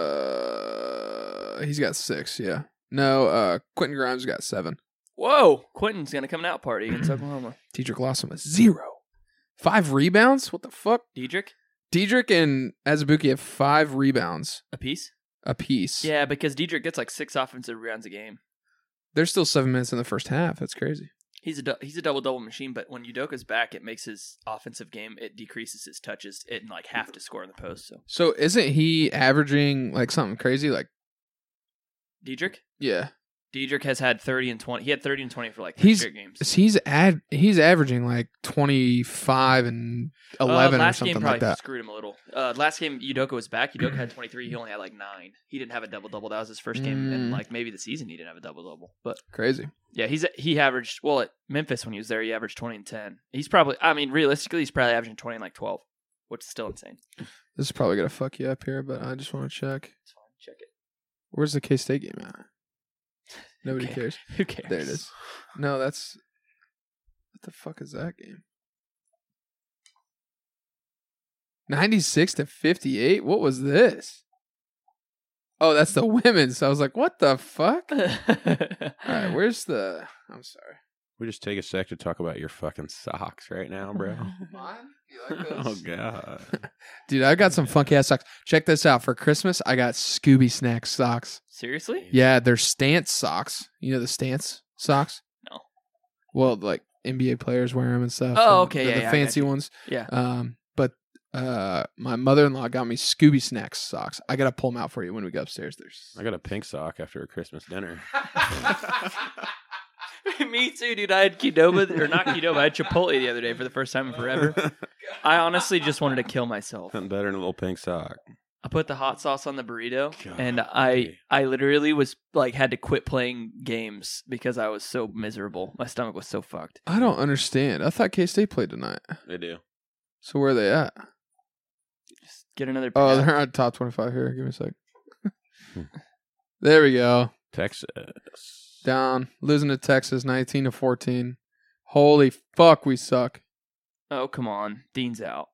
Speaker 1: Uh, he's got six. Yeah. No. Uh, Quentin Grimes got seven.
Speaker 4: Whoa, Quentin's gonna come an
Speaker 1: (clears throat)
Speaker 4: out party against Oklahoma.
Speaker 1: Dedrick Lawson was zero. Five rebounds. What the fuck?
Speaker 4: Dedrick,
Speaker 1: Diedrich and Azubuki have five rebounds
Speaker 4: a piece.
Speaker 1: apiece.
Speaker 4: Yeah, because Diedrich gets like six offensive rebounds a game.
Speaker 1: There's still seven minutes in the first half. That's crazy.
Speaker 4: He's a dou- he's a double double machine, but when Udoka's back, it makes his offensive game. It decreases his touches. It and like half to score in the post. So
Speaker 1: So isn't he averaging like something crazy? Like
Speaker 4: Diedrich,
Speaker 1: yeah,
Speaker 4: Diedrich has had thirty and twenty. He had thirty and twenty for like three
Speaker 1: He's-
Speaker 4: straight games.
Speaker 1: So he's ad he's averaging like twenty five and eleven
Speaker 4: uh,
Speaker 1: or
Speaker 4: last
Speaker 1: something
Speaker 4: game
Speaker 1: like
Speaker 4: probably
Speaker 1: that.
Speaker 4: screwed him a little. Uh, last game Udoka was back. Udoka had twenty three. He only had like nine. He didn't have a double double. That was his first game,
Speaker 1: Mm.
Speaker 4: and like maybe the season he didn't have a double double. But
Speaker 1: Crazy.
Speaker 4: Yeah, he's he averaged well at Memphis when he was there. He averaged twenty and ten. He's probably, I mean, realistically, he's probably averaging twenty and like twelve, which is still insane.
Speaker 1: This is probably gonna fuck you up here, but I just want to check.
Speaker 4: It's fine, check it. (laughs)
Speaker 1: Where's the K State game at? Nobody
Speaker 4: Okay.
Speaker 1: cares.
Speaker 4: Who cares?
Speaker 1: There it is. No, that's what the fuck is that game? Ninety six to fifty eight. What was this? Oh, that's the women's. I was like, what the fuck? All
Speaker 4: (sighs)
Speaker 1: right,
Speaker 4: (laughs)
Speaker 1: where's the? I'm sorry.
Speaker 2: We just take a sec to talk about your fucking socks right now, bro.
Speaker 1: Mine? You
Speaker 4: (laughs)
Speaker 1: like
Speaker 2: oh
Speaker 1: those?
Speaker 2: god.
Speaker 1: Dude, I got some funky ass socks. Check this out. For Christmas, I got Scooby Snack socks.
Speaker 4: Seriously?
Speaker 1: Yeah, they're stance socks. You know the stance socks?
Speaker 4: No.
Speaker 1: Well, like NBA players wear them and stuff.
Speaker 4: Oh,
Speaker 1: and
Speaker 4: okay,
Speaker 1: they're
Speaker 4: yeah,
Speaker 1: the
Speaker 4: yeah, I
Speaker 1: fancy ones.
Speaker 4: Yeah.
Speaker 1: Um, but uh, my mother in law got me Scooby Snack socks. I gotta pull them out for you when we go upstairs. There's.
Speaker 4: (laughs)
Speaker 2: I got a pink sock after a Christmas dinner.
Speaker 4: (laughs) Me too, dude. I had Qdoba or not Qdoba. I had Chipotle the other day for the first time in forever.
Speaker 2: (laughs)
Speaker 4: I honestly just wanted to kill myself.
Speaker 2: Nothing better than a little pink sock.
Speaker 4: I put the hot sauce on the burrito,
Speaker 2: God.
Speaker 4: and I I literally was like had to quit playing games because I was so miserable. My stomach was so fucked.
Speaker 1: I don't understand. I thought K State played tonight.
Speaker 2: They do.
Speaker 1: So where are they at?
Speaker 4: Just get another.
Speaker 1: Oh,
Speaker 4: pass.
Speaker 1: they're on top 25 here. Give me a sec.
Speaker 4: Hmm.
Speaker 1: (laughs) there we go.
Speaker 2: Texas.
Speaker 1: down, losing to Texas, nineteen to fourteen. Holy fuck, we suck.
Speaker 4: Oh come on, Dean's out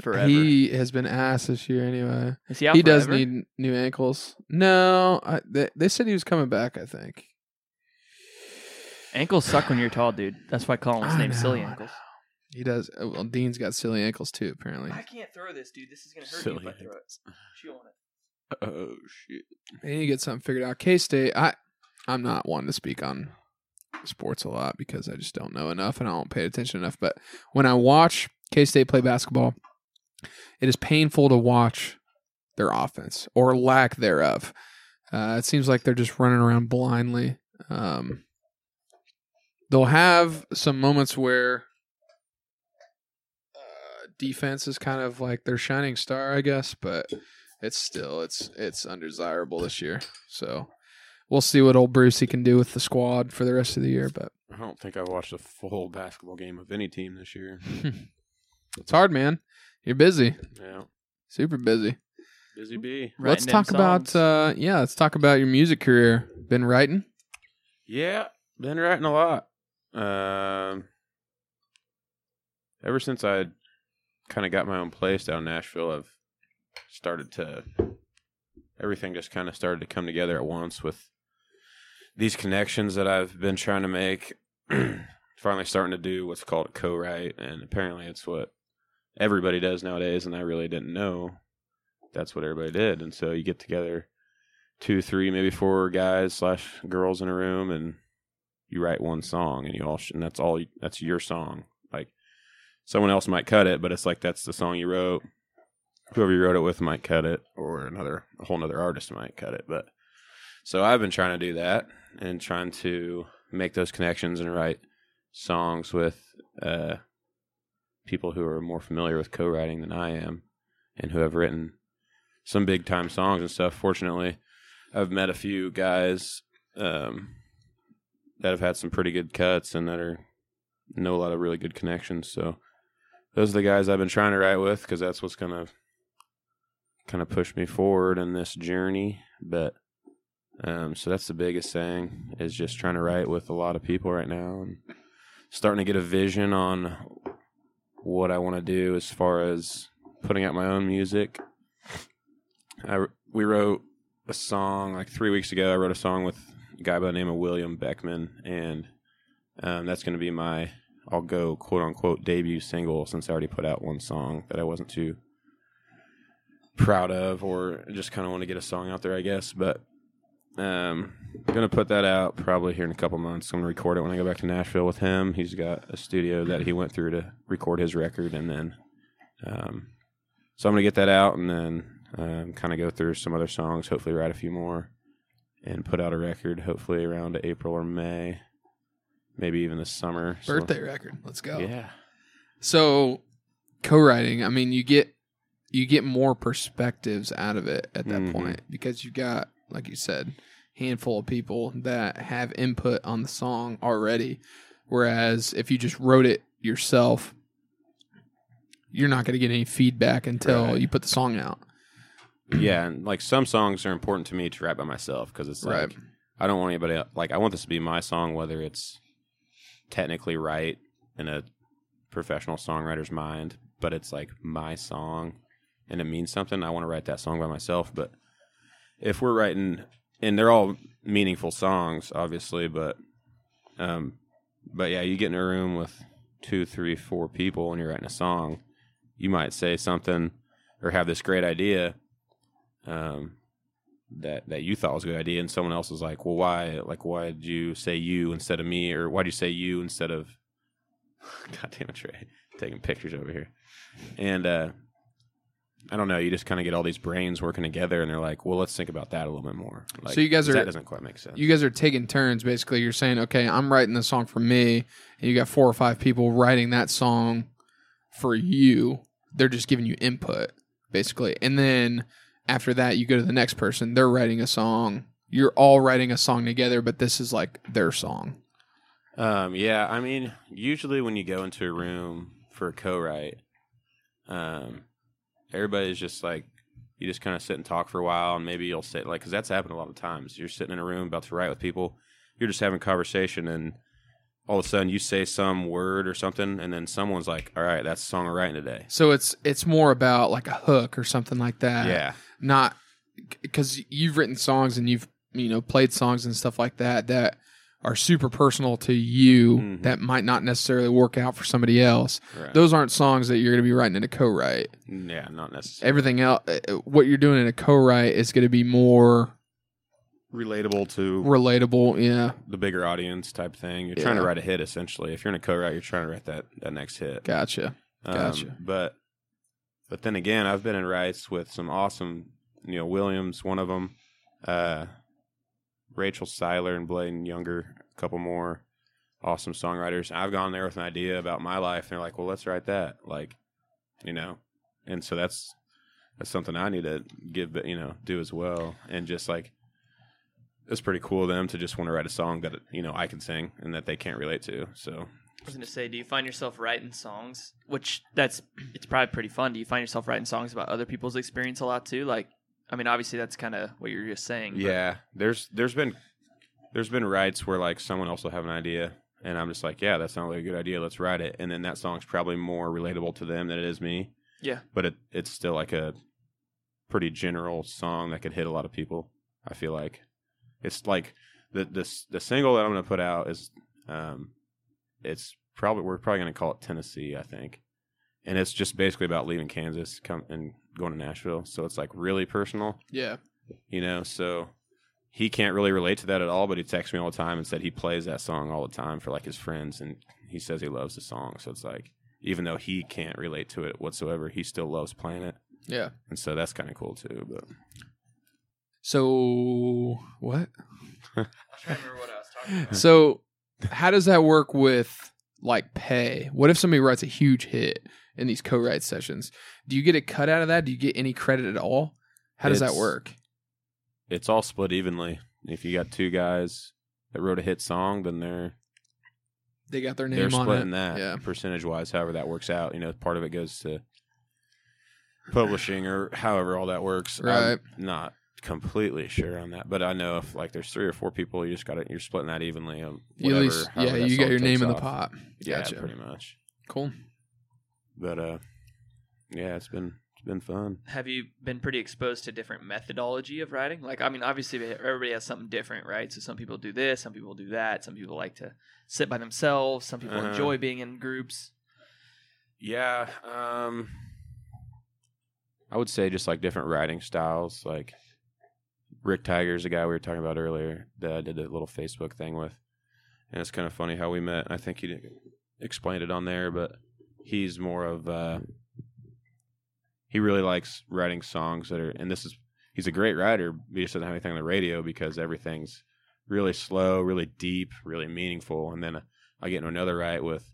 Speaker 4: forever.
Speaker 1: He has been ass this year anyway.
Speaker 4: Is he out
Speaker 1: he does
Speaker 4: forever?
Speaker 1: need new ankles. No, I, they, they said he was coming back. I think.
Speaker 4: ankles suck when you're tall, dude. That's why Colin's
Speaker 1: I
Speaker 4: named
Speaker 1: know,
Speaker 4: Silly
Speaker 1: I
Speaker 4: Ankles.
Speaker 1: He does. uh, Well, Dean's got silly ankles too. Apparently,
Speaker 4: can't throw this, dude. This is gonna
Speaker 2: hurt me Silly if I throw
Speaker 4: it. Chew on it.
Speaker 2: Oh shit.
Speaker 1: they need to get something figured out. K State. I, I'm not one to speak on sports a lot because I just don't know enough and I don't pay attention enough. But when I watch K State play basketball, it is painful to watch their offense or lack thereof. Uh, it seems like they're just running around blindly. Um, they'll have some moments where uh, defense is kind of like their shining star, I guess, but it's still it's it's undesirable this year. So we'll see what old Brucey can do with the squad for the rest of the year. But (laughs)
Speaker 2: I don't think I watched a full basketball game of any team this year.
Speaker 1: it's hard, man. You're busy,
Speaker 2: Yeah.
Speaker 1: super busy.
Speaker 2: Busy bee.
Speaker 1: let's talk about uh, yeah, let's talk about your music career. Been writing?
Speaker 2: Yeah, been writing a lot. Um, ever since I kind of got my own place down in Nashville, I've started to everything just kind of started to come together at once with these connections that I've been trying to make. (clears throat) Finally, starting to do what's called a co-write, and apparently, it's what everybody does nowadays. And I really didn't know that's what everybody did. And so you get together two, three, maybe four guys slash girls in a room, and you write one song, and you all sh- and that's all that's your song. Like someone else might cut it, but it's like that's the song you wrote. Whoever you wrote it with might cut it, or another a whole other artist might cut it. But so I've been trying to do that and trying to make those connections and write songs with uh, people who are more familiar with co-writing than I am, and who have written some big time songs and stuff. Fortunately, I've met a few guys um, that have had some pretty good cuts and that are know a lot of really good connections. So those are the guys I've been trying to write with because that's what's gonna kind of push me forward in this journey. But um, so that's the biggest thing is just trying to write with a lot of people right now and starting to get a vision on what I want to do as far as putting out my own music. I we wrote a song like three weeks ago. I wrote a song with a guy by the name of William Beckman, and um, that's going to be my I'll go quote unquote debut single since I already put out one song that I wasn't too proud of or just kind of want to get a song out there, I guess. But um, I'm gonna put that out probably here in a couple months. I'm gonna record it when I go back to Nashville with him. He's got a studio that he went through to record his record, and then um, so I'm gonna get that out and then um, kind of go through some other songs. Hopefully, write a few more and put out a record. Hopefully, around April or May, maybe even this summer. So-
Speaker 1: Birthday record. Let's go.
Speaker 2: yeah.
Speaker 1: So co-writing, I mean, you get you get more perspectives out of it at that
Speaker 2: Mhm.
Speaker 1: point because you got, like you said, handful of people that have input on the song already. Whereas if you just wrote it yourself, you're not going to get any feedback until
Speaker 2: Right.
Speaker 1: you put the song out.
Speaker 2: yeah and like some songs are important to me to write by myself because it's
Speaker 1: Right.
Speaker 2: like i don't want anybody el- like i want this to be my song whether it's technically right in a professional songwriter's mind but it's like my song and it means something i want to write that song by myself but if we're writing and they're all meaningful songs obviously but um but yeah you get in a room with two three four people and you're writing a song you might say something or have this great idea um, that that you thought was a good idea, and someone else was like, "Well, why? Like, why did you say you instead of me, or why did you say you instead of?" (laughs) God damn it, Trey, taking pictures over here, and uh, I don't know. You just kind of get all these brains working together, and they're like, "Well, let's think about that a little bit more." Like,
Speaker 1: So you guys
Speaker 2: 'cause
Speaker 1: are-
Speaker 2: that doesn't quite make sense.
Speaker 1: You guys are taking turns basically. You're saying, "Okay, I'm writing the song for me." And you got four or five people writing that song for you. They're just giving you input basically. And then after that, you go to the next person. They're writing a song. You're all writing a song together, but this is like their song.
Speaker 2: Um, yeah, I mean, usually when you go into a room for a co-write, um, everybody's just like, you just kind of sit and talk for a while, and maybe you'll sit like, because that's happened a lot of times. You're sitting in a room about to write with people, you're just having conversation, and all of a sudden you say some word or something, and then someone's like, "All right, that's the song we're writing today."
Speaker 1: So it's it's more about like a hook or something like that.
Speaker 2: (laughs) yeah,
Speaker 1: not because you've written songs and you've you know played songs and stuff like that that are super personal to you
Speaker 2: Mhm.
Speaker 1: that might not necessarily work out for somebody else.
Speaker 2: right.
Speaker 1: Those aren't songs that you're going to be writing in a co-write.
Speaker 2: yeah, not necessarily
Speaker 1: Everything else, what you're doing in a co-write is going to be more
Speaker 2: relatable to
Speaker 1: relatable. Yeah,
Speaker 2: the bigger audience type thing. You're trying to
Speaker 1: Yeah.
Speaker 2: write a hit essentially. If you're in a co-write, you're trying to write that that next hit.
Speaker 1: gotcha.
Speaker 2: Um,
Speaker 1: Gotcha.
Speaker 2: But but then again, I've been in rights with some awesome, you know, Williams, one of them, uh, Rachel Seiler and Blaine Younger, a couple more awesome songwriters. I've gone there with an idea about my life, and they're like, "Well, let's write that," like, you know, and so that's that's something I need to give, but you know, do as well, and just like. It's pretty cool of them to just want to write a song that you know I can sing and that they can't relate to. So
Speaker 4: I was gonna say, do you find yourself writing songs? Which that's it's probably pretty fun. Do you find yourself writing songs about other people's experience a lot too? Like, I mean, obviously that's kind of what you're just saying. but-
Speaker 2: Yeah, there's there's been there's been rights where like someone else will have an idea, and I'm just like, yeah, that sounds like a good idea. Let's write it, and then that song's probably more relatable to them than it is me.
Speaker 4: Yeah.
Speaker 2: but it it's still like a pretty general song that could hit a lot of people. I feel like it's like the the s- the single that I'm gonna put out is um it's probably we're probably gonna call it Tennessee, I think, and it's just basically about leaving Kansas, come and going to Nashville. So it's like really personal
Speaker 1: Yeah,
Speaker 2: you know so he can't really relate to that at all but he texts me all the time and said he plays that song all the time for like his friends and he says he loves the song so it's like even though he can't relate to it whatsoever he still loves playing it
Speaker 1: yeah.
Speaker 2: and so that's kind of cool too but
Speaker 1: So what?
Speaker 4: I'm trying to remember what I was talking about.
Speaker 1: So how does that work with like pay? What if somebody writes a huge hit in these co-write sessions? Do you get a cut out of that? Do you get any credit at all? How does that
Speaker 2: It's-
Speaker 1: work?
Speaker 2: it's all split evenly if you got two guys that wrote a hit song then they're
Speaker 1: They got their name
Speaker 2: they're
Speaker 1: on
Speaker 2: splitting
Speaker 1: it.
Speaker 2: that
Speaker 1: Yeah.
Speaker 2: percentage wise however that works out you know part of it goes to publishing or however all that works I'm
Speaker 1: Right.
Speaker 2: not completely sure on that but i know if like there's three or four people you just got it you're splitting that evenly of
Speaker 1: You
Speaker 2: whatever,
Speaker 1: at least,
Speaker 2: however
Speaker 1: yeah,
Speaker 2: that
Speaker 1: you got
Speaker 2: song
Speaker 1: your name
Speaker 2: takes
Speaker 1: in the
Speaker 2: off.
Speaker 1: pot.
Speaker 2: yeah
Speaker 1: Gotcha.
Speaker 2: pretty much
Speaker 1: Cool.
Speaker 2: but uh yeah it's been It's been fun.
Speaker 4: have you been pretty exposed to different methodology of writing? Like, I mean, obviously everybody has something different, right? So some people do this, some people do that, some people like to sit by themselves, some people
Speaker 2: Uh-huh.
Speaker 4: enjoy being in groups.
Speaker 2: Yeah. Um I would say just like different writing styles. Like Rick Tiger's the guy we were talking about earlier that I did the little Facebook thing with. And it's kind of funny how we met. I think he explained it on there, but he's more of uh he really likes writing songs that are and this is he's a great writer, but he just doesn't have anything on the radio because everything's really slow, really deep, really meaningful. And then uh, I get into another write with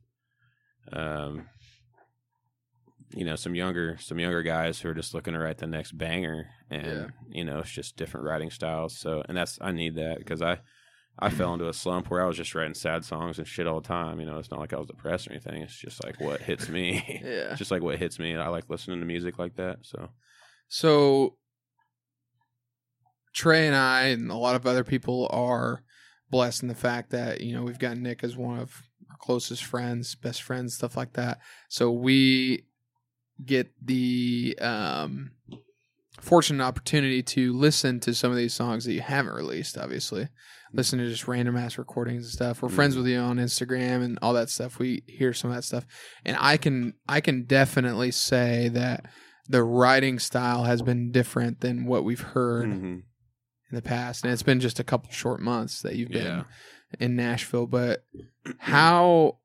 Speaker 2: um you know some younger some younger guys who are just looking to write the next banger and
Speaker 1: Yeah.
Speaker 2: you know it's just different writing styles so and that's i need that because i i fell into a slump where i was just writing sad songs and shit all the time you know it's not like i was depressed or anything it's just like what hits me
Speaker 1: (laughs) Yeah.
Speaker 2: It's just like what hits me and i like listening to music like that so
Speaker 1: So Trey and I and a lot of other people are blessed in the fact that, you know, we've got Nick as one of our closest friends, best friends, stuff like that. So we get the um fortunate opportunity to listen to some of these songs that you haven't released, obviously. Listen to just random ass recordings and stuff. We're friends with you on Instagram and all that stuff. We hear some of that stuff. And I can I can definitely say that the writing style has been different than what we've heard
Speaker 2: mhm.
Speaker 1: in the past. And it's been just a couple short months that you've been
Speaker 2: Mm-hmm. Yeah.
Speaker 1: in Nashville. But how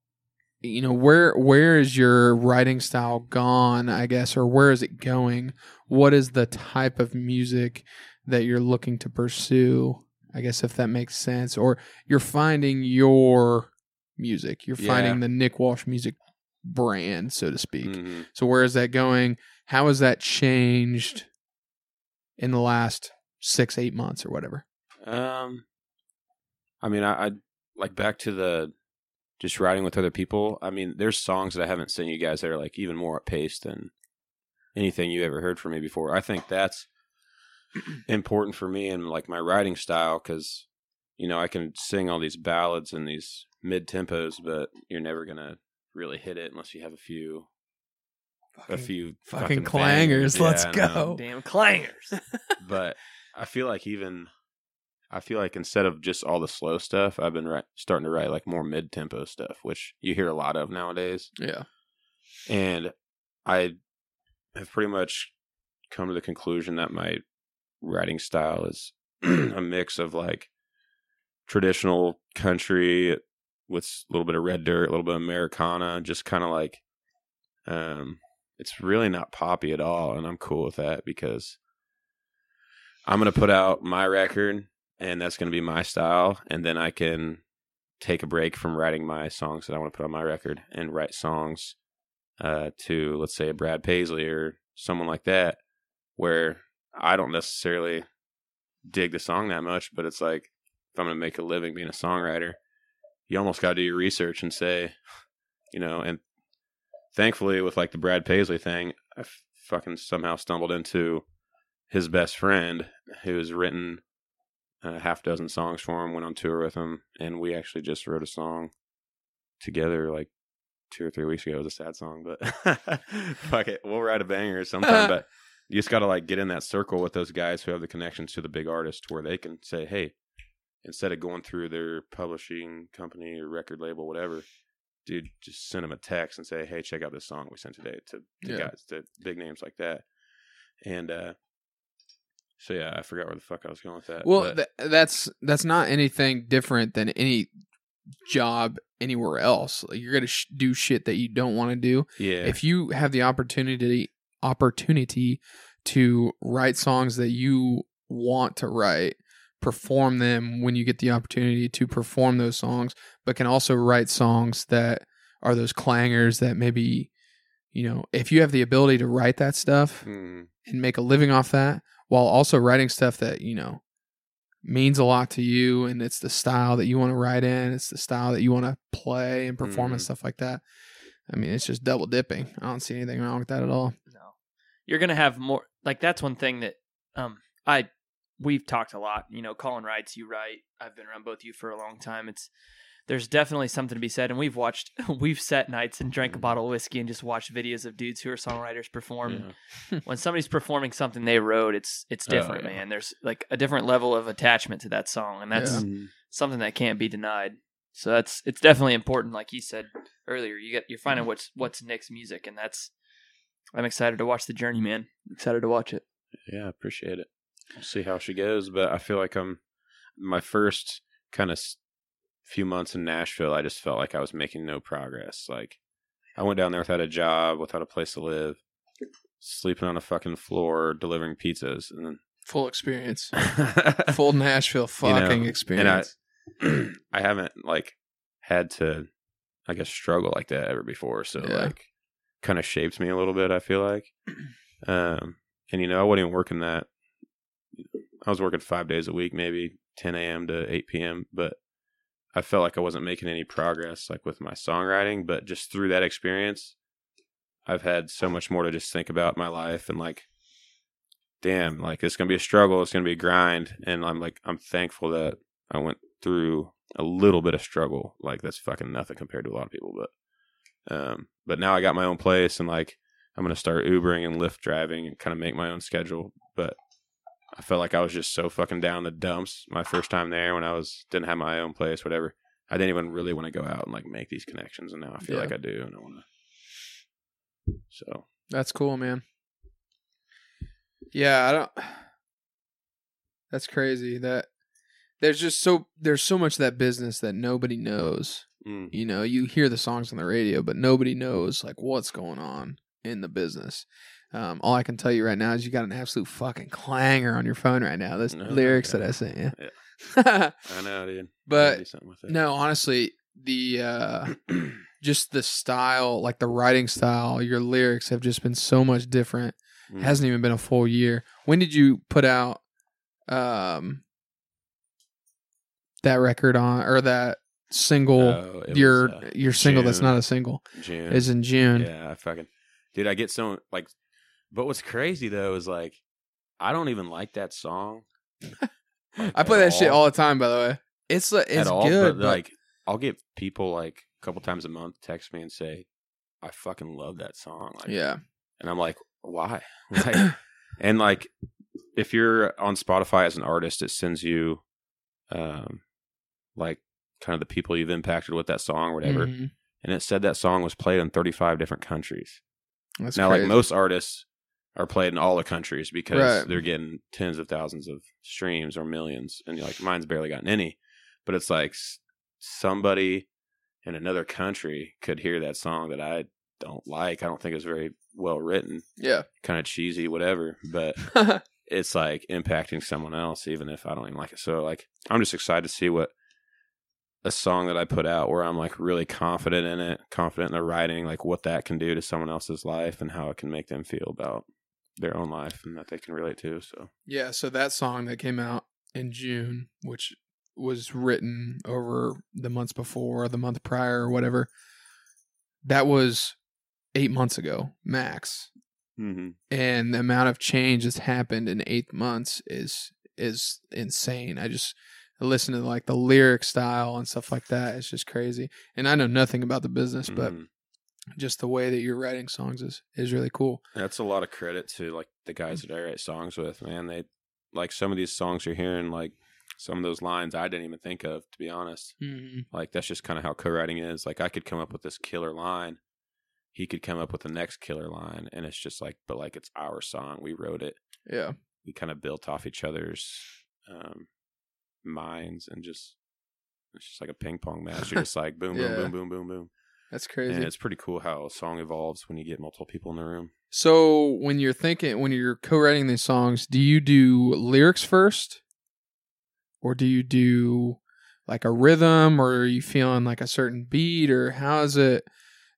Speaker 1: you know, where where is your writing style gone, I guess, or where is it going? What is the type of music that you're looking to pursue? I guess if that makes sense. Or you're finding your music. You're
Speaker 2: Yeah.
Speaker 1: finding the Nick Walsh music brand, so to speak.
Speaker 2: Mhm.
Speaker 1: So where is that going? How has that changed in the last six, eight months or whatever?
Speaker 2: Um, I mean, I, I like back to the just writing with other people. I mean, there's songs that I haven't sent you guys that are like even more at pace than anything you ever heard from me before. I
Speaker 1: (clears throat)
Speaker 2: think that's important for me and like my writing style because you know I can sing all these ballads and these mid tempos, but you're never gonna really hit it unless you have a few a few
Speaker 1: fucking
Speaker 2: bangers.
Speaker 1: clangers. (laughs) Let's
Speaker 2: Yeah, I know
Speaker 1: go.
Speaker 4: Damn clangers.
Speaker 2: but I feel like even I feel like instead of just all the slow stuff, I've been write, starting to write like more mid tempo stuff, which you hear a lot of nowadays.
Speaker 1: Yeah.
Speaker 2: And I have pretty much come to the conclusion that my writing style is (clears throat) a mix of like traditional country with s- a little bit of red dirt, a little bit of Americana, just kind of like um it's really not poppy at all and I'm cool with that because I'm going to put out my record and that's going to be my style and then I can take a break from writing my songs that I want to put on my record and write songs uh to let's say a Brad Paisley or someone like that where I don't necessarily dig the song that much, but it's like if I'm going to make a living being a songwriter, you almost got to do your research and say, you know, and thankfully with like the Brad Paisley thing, I f- fucking somehow stumbled into his best friend who's written a half dozen songs for him, went on tour with him, and we actually just wrote a song together like two or three weeks ago. It was a sad song, but (laughs) fuck it, we'll write a banger sometime. but you just got to like get in that circle with those guys who have the connections to the big artists where they can say, hey, instead of going through their publishing company or record label, whatever, dude, just send them a text and say, hey, check out this song we sent today to, to
Speaker 1: Yeah.
Speaker 2: guys, to big names like that. And uh, so, yeah, I forgot where the fuck I was going with that.
Speaker 1: Well,
Speaker 2: but-
Speaker 1: th- that's that's not anything different than any job anywhere else. Like, you're gonna sh- do shit that you don't want to do.
Speaker 2: yeah.
Speaker 1: If you have the opportunity opportunity to write songs that you want to write, perform them when you get the opportunity to perform those songs, but can also write songs that are those clangers that maybe you know, if you have the ability to write that stuff,
Speaker 2: Mm,
Speaker 1: and make a living off that while also writing stuff that you know means a lot to you and it's the style that you want to write in it's the style that you want to play and perform and
Speaker 2: Mhm.
Speaker 1: stuff like that i mean it's just double dipping i don't see anything wrong with that at all
Speaker 4: No. You're gonna have more like that's one thing that um I we've talked a lot. You know, Colin writes, you write. I've been around both of you for a long time. It's there's definitely something to be said. And we've watched, (laughs) we've sat nights and
Speaker 2: Mm-hmm.
Speaker 4: drank a bottle of whiskey and just watched videos of dudes who are songwriters perform. When somebody's performing something they wrote, it's it's
Speaker 2: Oh,
Speaker 4: different,
Speaker 2: yeah.
Speaker 4: man. There's like a different level of attachment to that song, and that's
Speaker 1: Yeah.
Speaker 4: something that can't be denied. So that's it's definitely important, like you said earlier. You get you're
Speaker 1: Mm-hmm.
Speaker 4: finding what's what's Nick's music, and that's I'm excited to watch the journey, man. Excited to
Speaker 1: (laughs)
Speaker 4: watch it.
Speaker 2: yeah, I appreciate it. We'll see how she goes, but I feel like I'm my first kind of s- few months in Nashville. I just felt like I was making no progress. Like I went down there without a job, without a place to live, sleeping on a fucking floor, delivering pizzas, and
Speaker 1: Full (laughs) experience.
Speaker 2: then
Speaker 1: Full Nashville
Speaker 2: know,
Speaker 1: fucking
Speaker 2: and I-
Speaker 1: experience.
Speaker 2: (clears throat) I haven't like had to, I guess, struggle like that ever before. So
Speaker 1: Yeah.
Speaker 2: like, kind of shaped me a little bit. I feel like, um, and you know, I wasn't even working that. I was working five days a week, maybe 10 a.m. to 8 p.m. But I felt like I wasn't making any progress, like with my songwriting. But just through that experience, I've had so much more to just think about my life and like, damn, like it's gonna be a struggle, it's gonna be a grind, and I'm like, I'm thankful that I went through a little bit of struggle. Like that's fucking nothing compared to a lot of people, but um but now I got my own place and like I'm gonna start Ubering and Lyft driving and kind of make my own schedule. But I felt like I was just so fucking down in the dumps my first time there when I was didn't have my own place, whatever. I didn't even really want to go out and like make these connections and now I feel
Speaker 1: Yeah.
Speaker 2: like I do and I wanna so
Speaker 1: That's cool, man. Yeah, I don't. That's crazy. That there's just so there's so much of that business that nobody knows.
Speaker 2: mm,
Speaker 1: You know, you hear the songs on the radio, but nobody knows like what's going on in the business. Um, all I can tell you right now is you got an absolute fucking clanger on your phone right now. Those
Speaker 2: No,
Speaker 1: lyrics
Speaker 2: yeah.
Speaker 1: that I sent you. Yeah.
Speaker 2: I know dude.
Speaker 1: (laughs) But-
Speaker 2: Gotta do something with it.
Speaker 1: no, honestly, the
Speaker 2: (clears throat)
Speaker 1: uh, (clears throat) just the style, like the writing style, your lyrics have just been so much different
Speaker 2: Mm.
Speaker 1: hasn't even been a full year. When did you put out um that record on or that single
Speaker 2: Oh, it was,
Speaker 1: your
Speaker 2: uh,
Speaker 1: your single that's
Speaker 2: June.
Speaker 1: not a single
Speaker 2: June.
Speaker 1: is in June.
Speaker 2: Yeah, I fucking dude, I get so like but what's crazy though is like I don't even like
Speaker 1: (laughs)
Speaker 2: that song. like,
Speaker 1: I play
Speaker 2: at
Speaker 1: that shit all the time by the way. It's like-
Speaker 2: at
Speaker 1: it's
Speaker 2: all,
Speaker 1: good,
Speaker 2: but,
Speaker 1: but
Speaker 2: like I'll get people like a couple times a month text me and say, I fucking love that song. Like
Speaker 1: yeah.
Speaker 2: and I'm like,
Speaker 1: (clears throat)
Speaker 2: why? Like, and like, if you're on Spotify as an artist, it sends you, um, like kind of the people you've impacted with that song, or whatever.
Speaker 1: Mhm.
Speaker 2: And it said that song was played in 35 different countries.
Speaker 1: That's
Speaker 2: now,
Speaker 1: crazy.
Speaker 2: like most artists are played in all the countries because
Speaker 1: Right.
Speaker 2: they're getting tens of thousands of streams or millions, and like mine's barely gotten any. But it's like s- somebody in another country could hear that song that I don't like. I don't think it's very well written
Speaker 1: yeah.
Speaker 2: kind of cheesy, whatever, but it's like impacting someone else, even if I don't even like it. So like I'm just excited to see what a song that I put out where I'm like really confident in it, confident in the writing, like what that can do to someone else's life and how it can make them feel about their own life and that they can relate to. So
Speaker 1: (laughs) yeah, so that song that came out in June, which was written over the months before, the month prior or whatever. That was 8 months ago max.
Speaker 2: mm-hmm.
Speaker 1: and the amount of change that's happened in eight months is is insane. I just listen to like the lyric style and stuff like that. It's just crazy. And I know nothing about the business, but
Speaker 2: Mm-hmm.
Speaker 1: just the way that you're writing songs is is really cool.
Speaker 2: That's a lot of credit to like the guys that I write songs with, man. They like some of these songs you're hearing, like some of those lines I didn't even think of, to be honest.
Speaker 1: Mm-hmm.
Speaker 2: Like that's just kind of how co-writing is. Like I could come up with this killer line, he could come up with the next killer line, and it's just like, but like it's our song. We wrote it.
Speaker 1: Yeah,
Speaker 2: We kind of built off each other's um, minds, and just it's just like a ping pong match. You're
Speaker 1: (laughs)
Speaker 2: just like boom, boom,
Speaker 1: Yeah.
Speaker 2: boom, boom, boom, boom,
Speaker 1: that's crazy.
Speaker 2: and it's pretty cool how a song evolves when you get multiple people in the room.
Speaker 1: so when you're thinking, when you're co-writing these songs, do you do lyrics first, or do you do like a rhythm, or are you feeling like a certain beat, or how is it?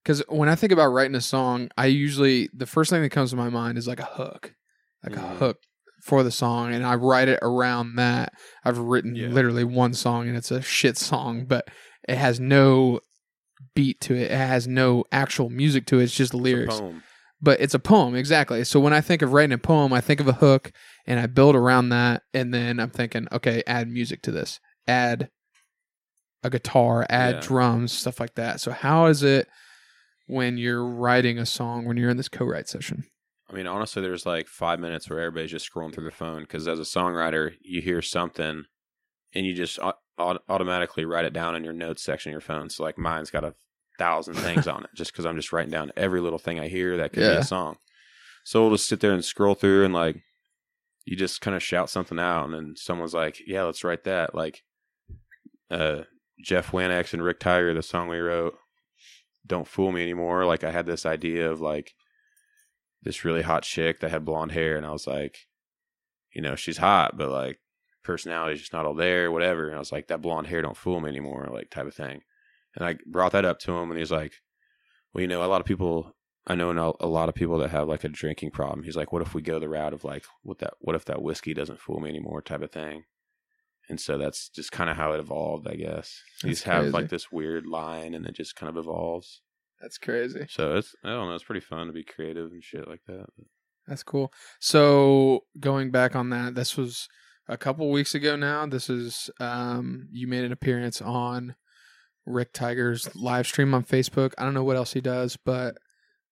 Speaker 1: Because when I think about writing a song, I usually the first thing that comes to my mind is like a hook, like a
Speaker 2: Mhm.
Speaker 1: hook for the song, and I write it around that. I've written
Speaker 2: Yeah.
Speaker 1: literally one song, and it's a shit song, but it has no beat to it. It has no actual music to it. It's just
Speaker 2: It's a
Speaker 1: lyrics
Speaker 2: poem.
Speaker 1: but it's a poem exactly so when i think of writing a poem i think of a hook and i build around that and then i'm thinking okay add music to this add a guitar, add
Speaker 2: Yeah.
Speaker 1: drums, stuff like that. So how is it when you're writing a song when you're in this co-write session?
Speaker 2: I mean, honestly, there's like five minutes where everybody's just scrolling through their phone because as a songwriter, you hear something and you just au- au- automatically write it down in your notes section of your phone. So, like, mine's got a thousand things on it just because I'm just writing down every little thing I hear that could be
Speaker 1: Yeah.
Speaker 2: a song. So, we'll just sit there and scroll through and like, you just kind of shout something out, and then someone's like, Yeah, let's write that. Like, uh, Jeff Wanax and Rick Tiger, the song we wrote, Don't Fool Me Anymore. Like, I had this idea of like, this really hot chick that had blonde hair and I was like, you know, she's hot, but like personality's just not all there, whatever. And I was like, that blonde hair don't fool me anymore, like type of thing. And I brought that up to him and he's like, Well, you know, a lot of people I know no- a lot of people that have like a drinking problem. He's like, What if we go the route of like what that what if that whiskey doesn't fool me anymore type of thing? And so that's just kind of how it evolved, I guess. You
Speaker 1: That's
Speaker 2: just have
Speaker 1: crazy.
Speaker 2: like this weird line and it just kind of evolves.
Speaker 1: That's crazy.
Speaker 2: So it's I don't know, it's pretty fun to be creative and shit like that.
Speaker 1: That's cool. So going back on that, this was a couple weeks ago now. This is um, you made an appearance on Rick Tiger's live stream on Facebook. I don't know what else he does, but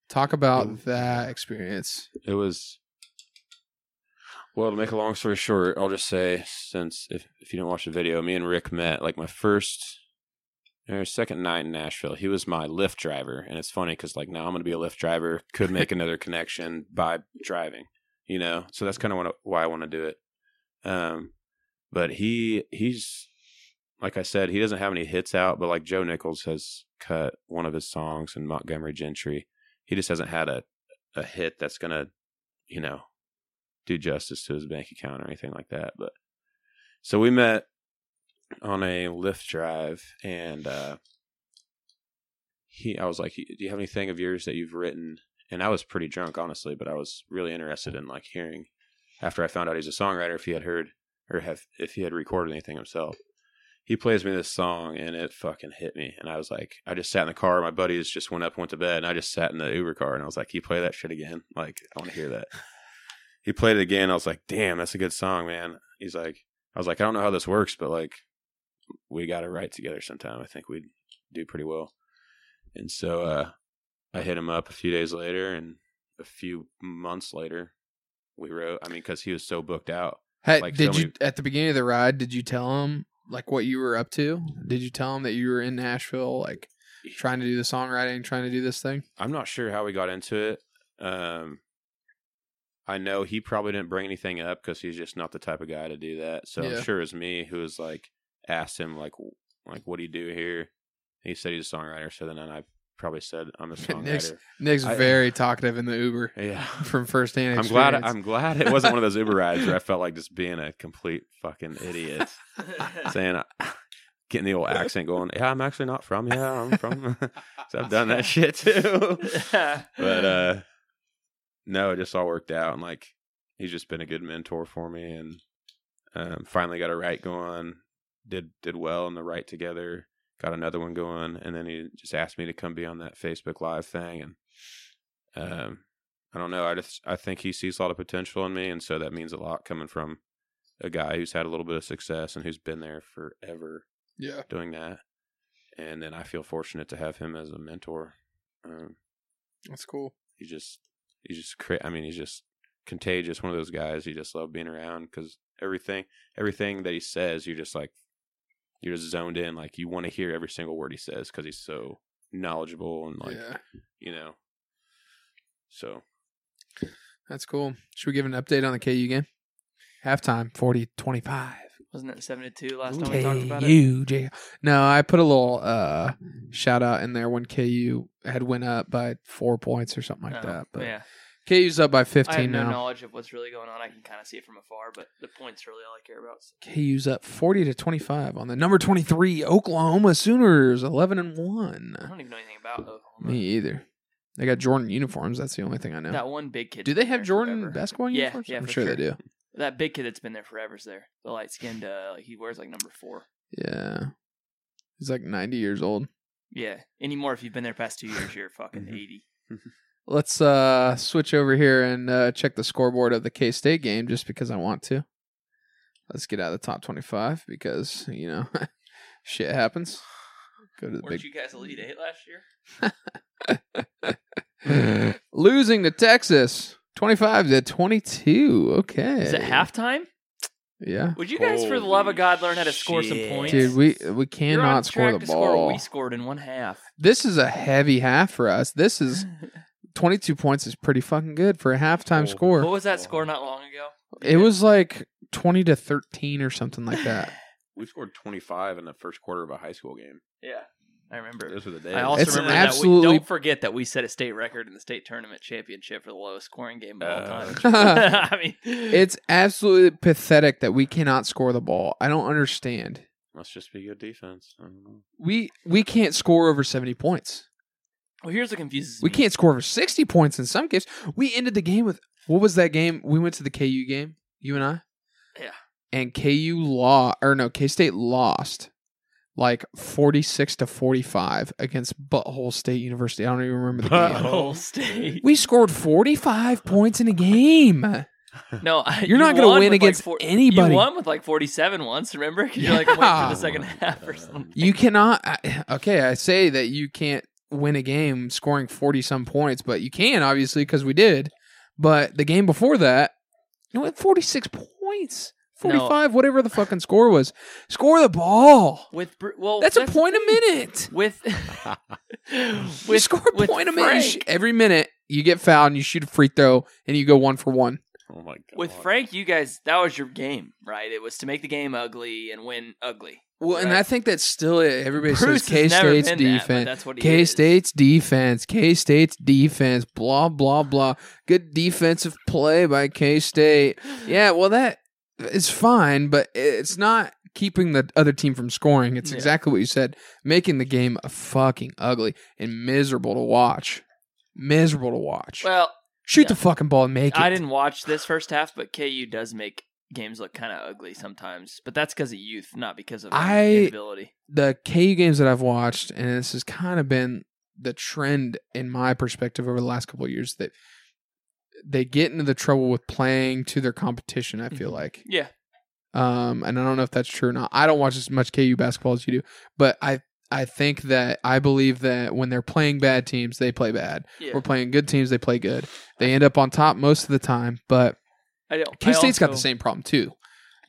Speaker 1: talk about that experience.
Speaker 2: it was well to make a long story short i'll just say since if, if you didn't watch the video me and rick met like my first or second night in nashville he was my lyft driver and it's funny because like now i'm gonna be a lyft driver could make another connection by driving you know so that's kind of why i want to do it um but he he's like i said he doesn't have any hits out but like joe nichols has cut one of his songs in montgomery gentry he just hasn't had a a hit that's gonna, you know, do justice to his bank account or anything like that. But so we met on a Lyft drive, and uh, he, I was like, "Do you have anything of yours that you've written?" And I was pretty drunk, honestly, but I was really interested in like hearing after I found out he's a songwriter if he had heard or have if he had recorded anything himself. He plays me this song and it fucking hit me. And I was like, I just sat in the car. My buddies just went up, went to bed, and I just sat in the Uber car and I was like, you play that shit again? Like, I want to hear that. he played it again. I was like, damn, that's a good song, man. He's like, I was like, I don't know how this works, but like, we got to write together sometime. I think we'd do pretty well. And so uh, I hit him up a few days later and a few months later, we wrote. I mean, because he was so booked out.
Speaker 1: Hey,
Speaker 2: Like,
Speaker 1: did
Speaker 2: so
Speaker 1: you
Speaker 2: many-
Speaker 1: at the beginning of the ride? Did you tell him like what you were up to? Did you tell him that you were in Nashville, like trying to do the songwriting, trying to do this thing?
Speaker 2: I'm not sure how we got into it. Um, I know he probably didn't bring anything up because he's just not the type of guy to do that. So
Speaker 1: Yeah.
Speaker 2: I'm sure it's me who was like asked him like w- like what do you do here? He said he's a songwriter. So then I probably said
Speaker 1: (laughs)
Speaker 2: I'm a
Speaker 1: Nick's-
Speaker 2: songwriter.
Speaker 1: Nick's
Speaker 2: I-
Speaker 1: very talkative in the Uber (laughs)
Speaker 2: yeah.
Speaker 1: from firsthand.
Speaker 2: (laughs) I'm
Speaker 1: Experience.
Speaker 2: glad. I'm glad it wasn't one of
Speaker 1: (laughs)
Speaker 2: those Uber rides where I felt like just being a complete fucking idiot, saying, uh, (laughs) getting the old accent going. Yeah, I'm actually not from here. I'm from. (laughs) so
Speaker 1: (laughs)
Speaker 2: I've done that shit too. but uh no it just all worked out and like he's just been a good mentor for me and um finally got a right going did did well in the right together got another one going and then he just asked me to come be on that facebook live thing and um i don't know i just i think he sees a lot of potential in me and so that means a lot coming from a guy who's had a little bit of success and who's been there forever
Speaker 1: yeah.
Speaker 2: doing that and then i feel fortunate to have him as a mentor um
Speaker 1: That's cool.
Speaker 2: he just he's just cra- I mean he's just contagious one of those guys you just love being around cuz everything everything that he says you're just like you're just zoned in like you want to hear every single word he says cuz he's so knowledgeable and like
Speaker 1: yeah.
Speaker 2: you know so
Speaker 1: That's cool. Should we give an update on the KU game? Halftime 40 25.
Speaker 4: Wasn't it seventy two last time we talked about it?
Speaker 1: KU. J- No, I put a little uh, shout out in there when KU had went up by four points or something like
Speaker 4: Oh,
Speaker 1: that. But
Speaker 4: yeah,
Speaker 1: KU's up by
Speaker 4: I have
Speaker 1: 15
Speaker 4: no
Speaker 1: now.
Speaker 4: knowledge of what's really going on. I can kind of see it from afar, but the points really all I care about. So.
Speaker 1: KU's up 40 to 25 on the number 23 Oklahoma Sooners 11 and
Speaker 4: I
Speaker 1: 1.
Speaker 4: don't even know anything about Oklahoma.
Speaker 1: Me either. They got Jordan uniforms. That's the only thing I know.
Speaker 4: That one big kid.
Speaker 1: do they have Jordan basketball
Speaker 4: Yeah,
Speaker 1: uniforms?
Speaker 4: yeah,
Speaker 1: I'm
Speaker 4: for
Speaker 1: sure,
Speaker 4: sure.
Speaker 1: they do.
Speaker 4: That big kid that's been there forever's there. The light skinned. Uh, he wears like number four.
Speaker 1: Yeah. He's like 90 years old.
Speaker 4: Yeah. Anymore, if you've been there past two years, you're fucking
Speaker 1: Mm-hmm.
Speaker 4: eighty.
Speaker 1: Let's uh, switch over here and uh, check the scoreboard of the K State game just because I want to. Let's get out of the top 25 because, you know, (laughs) Shit happens. Go to the
Speaker 4: Weren't
Speaker 1: big
Speaker 4: you guys Elite Eight last year?
Speaker 1: (laughs) Losing to Texas, twenty-five to twenty-two. Okay,
Speaker 4: Is it halftime?
Speaker 1: Yeah,
Speaker 4: Would you guys, for the love of God, learn how to score some
Speaker 2: Holy
Speaker 4: points?
Speaker 1: dude, we we
Speaker 4: You're on
Speaker 1: cannot score
Speaker 4: track
Speaker 1: the
Speaker 4: to
Speaker 1: ball.
Speaker 4: score what we scored in one half.
Speaker 1: this is a heavy half for us. This
Speaker 4: (laughs) (gasps)
Speaker 1: is twenty-two points is pretty fucking good for a halftime
Speaker 2: Oh.
Speaker 1: score.
Speaker 4: what was that score not long ago?
Speaker 1: It
Speaker 4: (laughs)
Speaker 1: was like twenty to thirteen or something like that.
Speaker 2: We scored 25 in the first quarter of a high school game.
Speaker 4: Yeah, I remember.
Speaker 2: Those were the days.
Speaker 4: I also
Speaker 1: It's
Speaker 4: remember that
Speaker 1: absolutely-
Speaker 4: we, don't forget that we set a state record in the state tournament championship for the lowest scoring game of all
Speaker 2: Uh,
Speaker 4: time. (laughs) I mean,
Speaker 1: it's absolutely pathetic that we cannot score the ball. I don't understand.
Speaker 2: Let's just be good defense. I don't know.
Speaker 1: We we can't score over seventy points.
Speaker 4: well. Here's what confuses
Speaker 1: We
Speaker 4: me.
Speaker 1: can't score over 60 points in some games. We ended the game with what was that game? We went to the KU game, you and I.
Speaker 4: Yeah.
Speaker 1: And KU law or no, K State lost like 46 to 45 against Butthole State University. I don't even remember the game.
Speaker 4: (laughs) whole state.
Speaker 1: We scored 45 points in a game.
Speaker 4: No, I-
Speaker 1: You're not going
Speaker 4: you
Speaker 1: to
Speaker 4: won
Speaker 1: win
Speaker 4: with,
Speaker 1: against
Speaker 4: like four,
Speaker 1: anybody.
Speaker 4: You
Speaker 1: You,
Speaker 4: won with like 47 once, remember? (laughs) 'Cause you're like waiting for
Speaker 1: Yeah.
Speaker 4: the second half or
Speaker 1: (laughs)
Speaker 4: something.
Speaker 1: cannot I- Okay, I say that you can't win a game scoring 40 some points, but you can obviously cuz we did. But the game before that, you know, at 46 points,
Speaker 4: No.
Speaker 1: 45, whatever the fucking score was. Score the ball.
Speaker 4: With Bru- well,
Speaker 1: That's, a
Speaker 4: the
Speaker 1: point a
Speaker 4: thing.
Speaker 1: minute.
Speaker 4: With
Speaker 2: Oh
Speaker 1: You
Speaker 4: (laughs) with
Speaker 1: score a
Speaker 4: with
Speaker 1: point a minute. You sh-
Speaker 4: Frank.
Speaker 1: Every minute you get fouled and you shoot a free throw and you go one for one.
Speaker 2: Oh my god.
Speaker 4: With Frank, you guys, that was your game, right? It was to make the game ugly and win ugly.
Speaker 1: Well, and I
Speaker 4: Right.
Speaker 1: think that's still it. Everybody
Speaker 4: Bruce
Speaker 1: says
Speaker 4: has
Speaker 1: K
Speaker 4: never
Speaker 1: State's
Speaker 4: been that, but
Speaker 1: defense.
Speaker 4: that's what he
Speaker 1: K
Speaker 4: is.
Speaker 1: State's defense, K State's defense, blah blah blah. Good defensive play by K State. Yeah, well that is fine, but it's not keeping the other team from scoring. It's
Speaker 4: Yeah.
Speaker 1: exactly what you said, making the game fucking ugly and miserable to watch. Miserable to watch.
Speaker 4: Well,
Speaker 1: Shoot
Speaker 4: yeah.
Speaker 1: the fucking ball and make it.
Speaker 4: I didn't watch this first half, but KU does make games look kind of ugly sometimes. But that's because of youth, not because of
Speaker 1: I-
Speaker 4: ability.
Speaker 1: the KU games that I've watched, and this has kind of been the trend in my perspective over the last couple of years that they get into the trouble with playing to their competition. I feel
Speaker 4: Mhm.
Speaker 1: like,
Speaker 4: Yeah,
Speaker 1: um, and I don't know if that's true or not. I don't watch as much KU basketball as you do, but I I think that I believe that when they're playing bad teams, they play bad.
Speaker 4: yeah.
Speaker 1: We're playing good teams, they play good. They end up on top most of the time, but
Speaker 4: I don't.
Speaker 1: K
Speaker 4: I
Speaker 1: State's got the
Speaker 4: also-
Speaker 1: same problem too.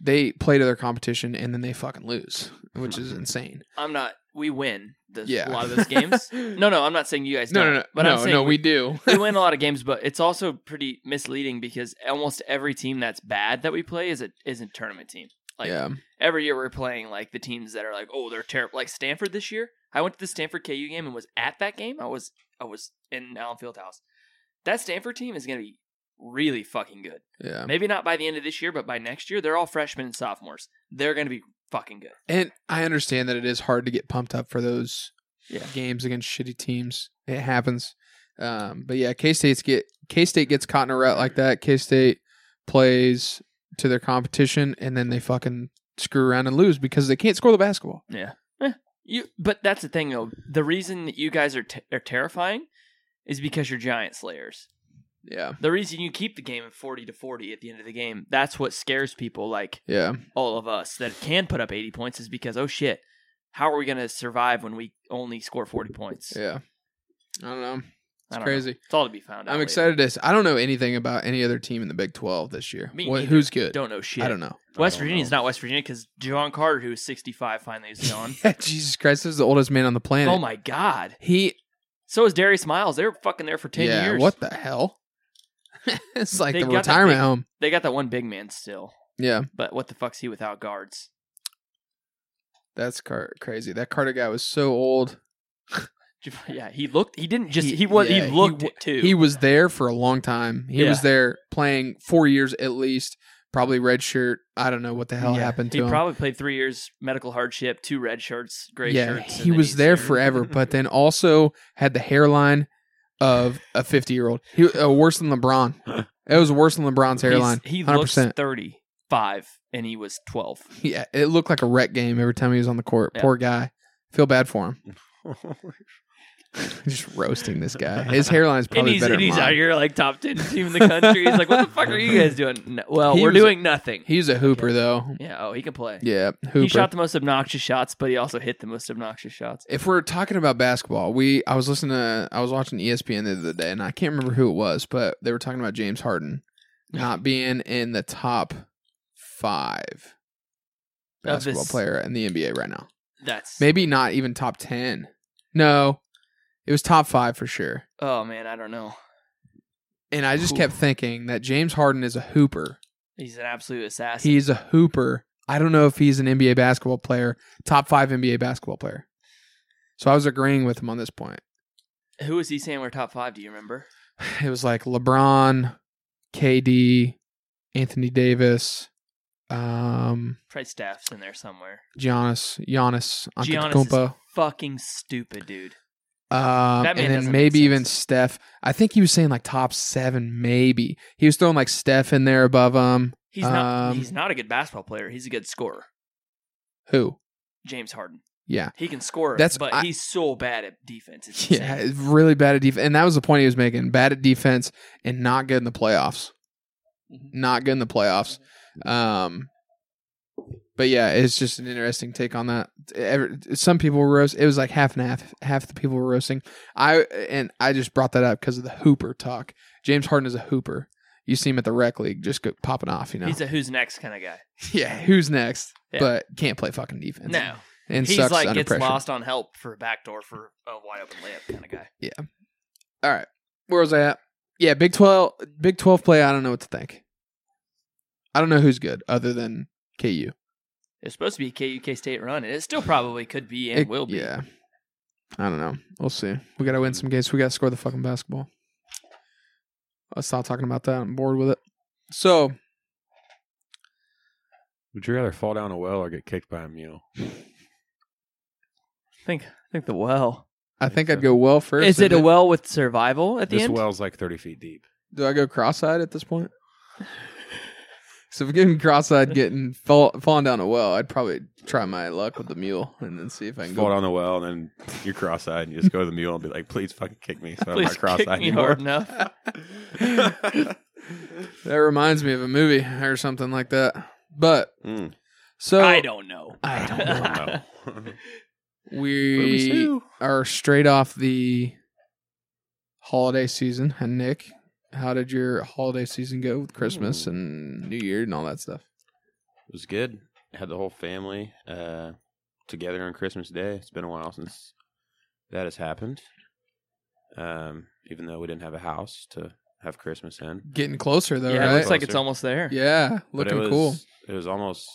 Speaker 1: They play to their competition and then they fucking lose, which is
Speaker 4: Mm-hmm.
Speaker 1: insane.
Speaker 4: I'm not. We win this,
Speaker 1: Yeah.
Speaker 4: a lot of those
Speaker 1: (laughs)
Speaker 4: games. no, no, I'm not saying you guys.
Speaker 1: No,
Speaker 4: don't,
Speaker 1: no, no,
Speaker 4: But
Speaker 1: no,
Speaker 4: I'm saying
Speaker 1: no. We
Speaker 4: (laughs)
Speaker 1: do. (laughs)
Speaker 4: we win a lot of games, but it's also pretty misleading because almost every team that's bad that we play is a is a tournament team. Like
Speaker 1: yeah,
Speaker 4: every year we're playing like the teams that are like, oh, they're terrible. Like Stanford this year, I went to the Stanford KU game and was at that game. I was I was in Allen Fieldhouse. That Stanford team is gonna be really fucking good.
Speaker 1: yeah.
Speaker 4: Maybe not by the end of this year, but by next year, they're all freshmen and sophomores. They're gonna be fucking good.
Speaker 1: And I understand that it is hard to get pumped up for those
Speaker 4: Yeah.
Speaker 1: games against shitty teams. It happens. Um, but yeah, K State's get K State gets caught in a rut like that. K State plays to their competition and then they fucking screw around and lose because they can't score the basketball.
Speaker 4: You, but that's the thing though. The reason that you guys are t- are terrifying is because you're giant slayers.
Speaker 1: Yeah,
Speaker 4: The reason you keep the game at 40 to 40 at the end of the game, that's what scares people like
Speaker 1: yeah.
Speaker 4: all of us that can put up 80 points is because, oh shit, how are we going to survive when we only score 40 points?
Speaker 1: Yeah. I don't know.
Speaker 4: I
Speaker 1: It's
Speaker 4: don't know.
Speaker 1: crazy.
Speaker 4: It's all to be found out.
Speaker 1: I'm
Speaker 4: later.
Speaker 1: excited to s- I don't know anything about any other team in the Big 12 this year.
Speaker 4: Me
Speaker 1: What-
Speaker 4: neither.
Speaker 1: who's good?
Speaker 4: Don't know shit.
Speaker 1: I don't know.
Speaker 4: West
Speaker 2: I don't
Speaker 4: Virginia's
Speaker 2: know.
Speaker 4: not West Virginia because Javon Carter, who is 65, finally is gone.
Speaker 1: Yeah, Jesus Christ, this is the oldest (laughs) man on the planet.
Speaker 4: oh my God.
Speaker 1: He
Speaker 4: So is Darius Miles. They were fucking there for 10
Speaker 1: yeah,
Speaker 4: years.
Speaker 1: What the hell? (laughs) it's like
Speaker 4: They
Speaker 1: the
Speaker 4: got that
Speaker 1: retirement
Speaker 4: big-
Speaker 1: home.
Speaker 4: They got that one big man still,
Speaker 1: Yeah,
Speaker 4: but what the fuck's he without guards? (laughs)
Speaker 1: that's car- crazy. That Carter guy was so old. (laughs)
Speaker 4: Jav- Yeah, he looked. He didn't just. He,
Speaker 1: He-
Speaker 4: was.
Speaker 1: yeah,
Speaker 4: he
Speaker 1: he
Speaker 4: looked
Speaker 1: w-
Speaker 4: it too.
Speaker 1: He was there for a long time. He was
Speaker 4: Yeah.
Speaker 1: there playing four years at least, probably red shirt. I don't know what the hell
Speaker 4: Yeah,
Speaker 1: happened to
Speaker 4: he
Speaker 1: him.
Speaker 4: probably played three years medical hardship, two red shirts, gray
Speaker 1: yeah,
Speaker 4: shirts. and
Speaker 1: he
Speaker 4: then
Speaker 1: was
Speaker 4: he's
Speaker 1: there
Speaker 4: here. (laughs)
Speaker 1: forever, but then also had the hairline of a fifty-year-old. He uh, worse than LeBron.
Speaker 4: (gasps)
Speaker 1: It was worse than LeBron's
Speaker 4: He's-
Speaker 1: hairline.
Speaker 4: He looks
Speaker 1: 100%.
Speaker 4: thirty-five, and he was twelve.
Speaker 1: Yeah, it looked like a wreck game every time he was on the court.
Speaker 4: Yeah.
Speaker 1: Poor guy. Feel bad for him. (laughs) Just roasting this guy. His hairline's
Speaker 4: (laughs) and
Speaker 1: probably
Speaker 4: he's,
Speaker 1: better.
Speaker 4: and
Speaker 1: than
Speaker 4: he's
Speaker 1: mine.
Speaker 4: out here like top
Speaker 1: (laughs)
Speaker 4: ten team in the country. He's like, what the fuck are you guys doing? No, well,
Speaker 1: He
Speaker 4: we're
Speaker 1: was-
Speaker 4: doing nothing.
Speaker 1: He's a hooper though.
Speaker 4: yeah. Oh, he can play.
Speaker 1: Yeah,
Speaker 4: He
Speaker 1: hooper.
Speaker 4: shot the most obnoxious shots, but he also hit the most obnoxious shots.
Speaker 1: if we're talking about basketball, we I was listening to I was watching E ESPN the other day, and I can't remember who it was, but they were talking about James
Speaker 4: (sighs)
Speaker 1: Harden not being in the top five
Speaker 4: Of
Speaker 1: basketball
Speaker 4: this-
Speaker 1: player in the NBA right now.
Speaker 4: That's
Speaker 1: Maybe not even top ten. No, it was top five for sure.
Speaker 4: oh man, I don't know.
Speaker 1: And I just
Speaker 4: Cool.
Speaker 1: kept thinking that James Harden is a hooper.
Speaker 4: He's an absolute assassin.
Speaker 1: He's a hooper. I don't know if he's an NBA basketball player, top five NBA basketball player. So I was agreeing with him on this point. (sighs)
Speaker 4: Who was he saying were top five? Do you remember?
Speaker 1: It was like LeBron, KD, Anthony Davis, um,
Speaker 4: Probably Staff's in there somewhere.
Speaker 1: Giannis, Giannis
Speaker 4: Giannis
Speaker 1: Antetokounmpo,
Speaker 4: Fucking stupid, dude.
Speaker 1: um,
Speaker 4: man
Speaker 1: and
Speaker 4: doesn't
Speaker 1: then
Speaker 4: make
Speaker 1: maybe even
Speaker 4: sense.
Speaker 1: Steph. I think he was saying like top seven, maybe. He was throwing like Steph in there above him.
Speaker 4: He's not.
Speaker 1: Um,
Speaker 4: he's not a good basketball player. He's a good scorer.
Speaker 1: Who?
Speaker 4: James Harden.
Speaker 1: Yeah.
Speaker 4: He can score.
Speaker 1: That's-
Speaker 4: but
Speaker 1: I-
Speaker 4: he's so bad at defense.
Speaker 1: (laughs)
Speaker 4: It's
Speaker 1: Yeah,
Speaker 4: insane.
Speaker 1: it's really bad at defense, and that was the point he was making: bad at defense and not good in the playoffs.
Speaker 4: Mm-hmm.
Speaker 1: Not good in the playoffs. Um, but yeah, it's just an interesting take on that. Ever- Some people were roast. It was like half and half. Half the people were roasting. I and I just brought that up because of the Hooper talk. James Harden is a Hooper. You see him at the rec league, just go, popping off. You know,
Speaker 4: He's a who's next kind of guy.
Speaker 1: (laughs) yeah. Who's next?
Speaker 4: Yeah.
Speaker 1: But can't play fucking defense.
Speaker 4: No,
Speaker 1: and
Speaker 4: he's
Speaker 1: sucks
Speaker 4: like
Speaker 1: under
Speaker 4: gets
Speaker 1: pressure.
Speaker 4: lost on help for a backdoor for a wide open layup kind of guy.
Speaker 1: All right. Where was I at? Yeah, Big Twelve Big Twelve play, I don't know what to think. I don't know who's good other than KU.
Speaker 4: It's supposed to be a KUK State run, and it still probably could be and
Speaker 1: It-
Speaker 4: will be.
Speaker 1: Yeah. I don't know. We'll see. We gotta win some games. We gotta score the fucking basketball. Let's stop talking about that. I'm bored with it. So
Speaker 2: (laughs) Would you rather fall down a well or get kicked by a mule?
Speaker 4: I think I think the well.
Speaker 1: I
Speaker 2: Think
Speaker 1: think I'd
Speaker 2: so.
Speaker 1: go well first.
Speaker 4: Is it
Speaker 1: and
Speaker 4: a
Speaker 1: then-
Speaker 4: well with survival at the
Speaker 2: this
Speaker 4: end? (laughs)
Speaker 2: well's like thirty feet deep.
Speaker 1: Do I go cross eyed at this point? (laughs) So if I'm getting cross eyed getting fall, falling down a well, I'd probably try my luck with the mule and then see if I can
Speaker 2: fall
Speaker 1: go
Speaker 2: down the well and then you're cross-eyed and you just go to the mule and be like, "Please fucking kick me, so I'm
Speaker 4: Please
Speaker 2: not cross-eyed
Speaker 4: kick me
Speaker 2: anymore."
Speaker 4: hard enough.
Speaker 2: (laughs)
Speaker 1: That reminds me of a movie or something like that. But
Speaker 2: Mm,
Speaker 1: so
Speaker 4: I don't know.
Speaker 1: I don't know.
Speaker 2: (laughs) wow. Boobies
Speaker 1: we
Speaker 2: too.
Speaker 1: are straight off the holiday season. And Nick, how did your holiday season go with Christmas and New Year and all that stuff?
Speaker 2: It was good. Had the whole family uh, together on Christmas Day. It's been a while since that has happened. Um, even though we didn't have a house to have Christmas in,
Speaker 1: Getting closer though,
Speaker 4: (laughs) yeah,
Speaker 1: right?
Speaker 4: it looks like it's
Speaker 2: Closer.
Speaker 4: almost there.
Speaker 1: yeah,
Speaker 2: But
Speaker 1: looking
Speaker 2: it was,
Speaker 1: cool.
Speaker 2: It was almost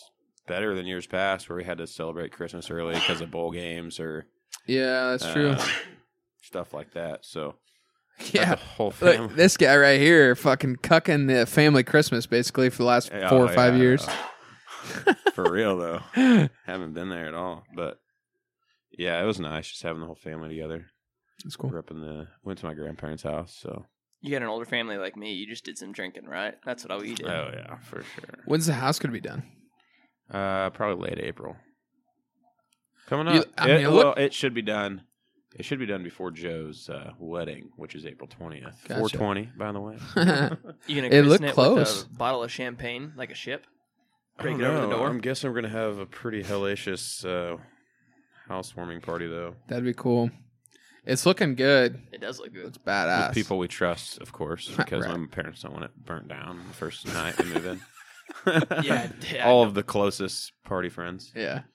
Speaker 2: better than years past, where we had to celebrate Christmas early because of bowl games or
Speaker 1: Yeah, that's true.
Speaker 2: uh, stuff like that. So got
Speaker 1: (laughs) yeah.
Speaker 2: the whole family.
Speaker 1: Look, this guy right here fucking cucking the family Christmas basically for the last
Speaker 2: Yeah, oh,
Speaker 1: four or
Speaker 2: yeah,
Speaker 1: five
Speaker 2: I
Speaker 1: years.
Speaker 2: know. (laughs) For real though,
Speaker 1: (laughs)
Speaker 2: haven't been there at all. But yeah, it was nice just having the whole family together.
Speaker 1: That's cool.
Speaker 2: We're up in the went to my grandparents' house, so
Speaker 4: You got an older family like me. You just did some drinking, right? That's what I we did.
Speaker 2: oh yeah, for sure.
Speaker 1: When's the house gonna be
Speaker 2: (laughs)
Speaker 1: done? (laughs)
Speaker 2: Uh, probably late April. Coming
Speaker 1: You-
Speaker 2: up,
Speaker 1: I
Speaker 2: it,
Speaker 1: mean,
Speaker 2: well,
Speaker 1: look-
Speaker 2: it should be done. It should be done before Joe's uh, wedding, which is April twentieth,
Speaker 1: Gotcha.
Speaker 2: four twenty. By the way,
Speaker 4: You gonna
Speaker 1: It
Speaker 4: christen
Speaker 1: looked
Speaker 4: it
Speaker 1: close.
Speaker 4: with a bottle of champagne like a ship?
Speaker 2: I
Speaker 4: Break
Speaker 2: don't
Speaker 4: it over the
Speaker 2: know.
Speaker 4: door.
Speaker 2: I'm guessing we're gonna have a pretty hellacious uh, housewarming party though.
Speaker 1: That'd be cool. It's looking good.
Speaker 4: It does look good.
Speaker 1: It's badass.
Speaker 2: with people we trust, of
Speaker 1: (laughs)
Speaker 2: course, because
Speaker 1: Right.
Speaker 2: my parents don't want it burnt down the first night we move (laughs) in. (laughs)
Speaker 4: (laughs) Yeah, yeah,
Speaker 2: all of the closest party friends.
Speaker 1: Yeah. (laughs)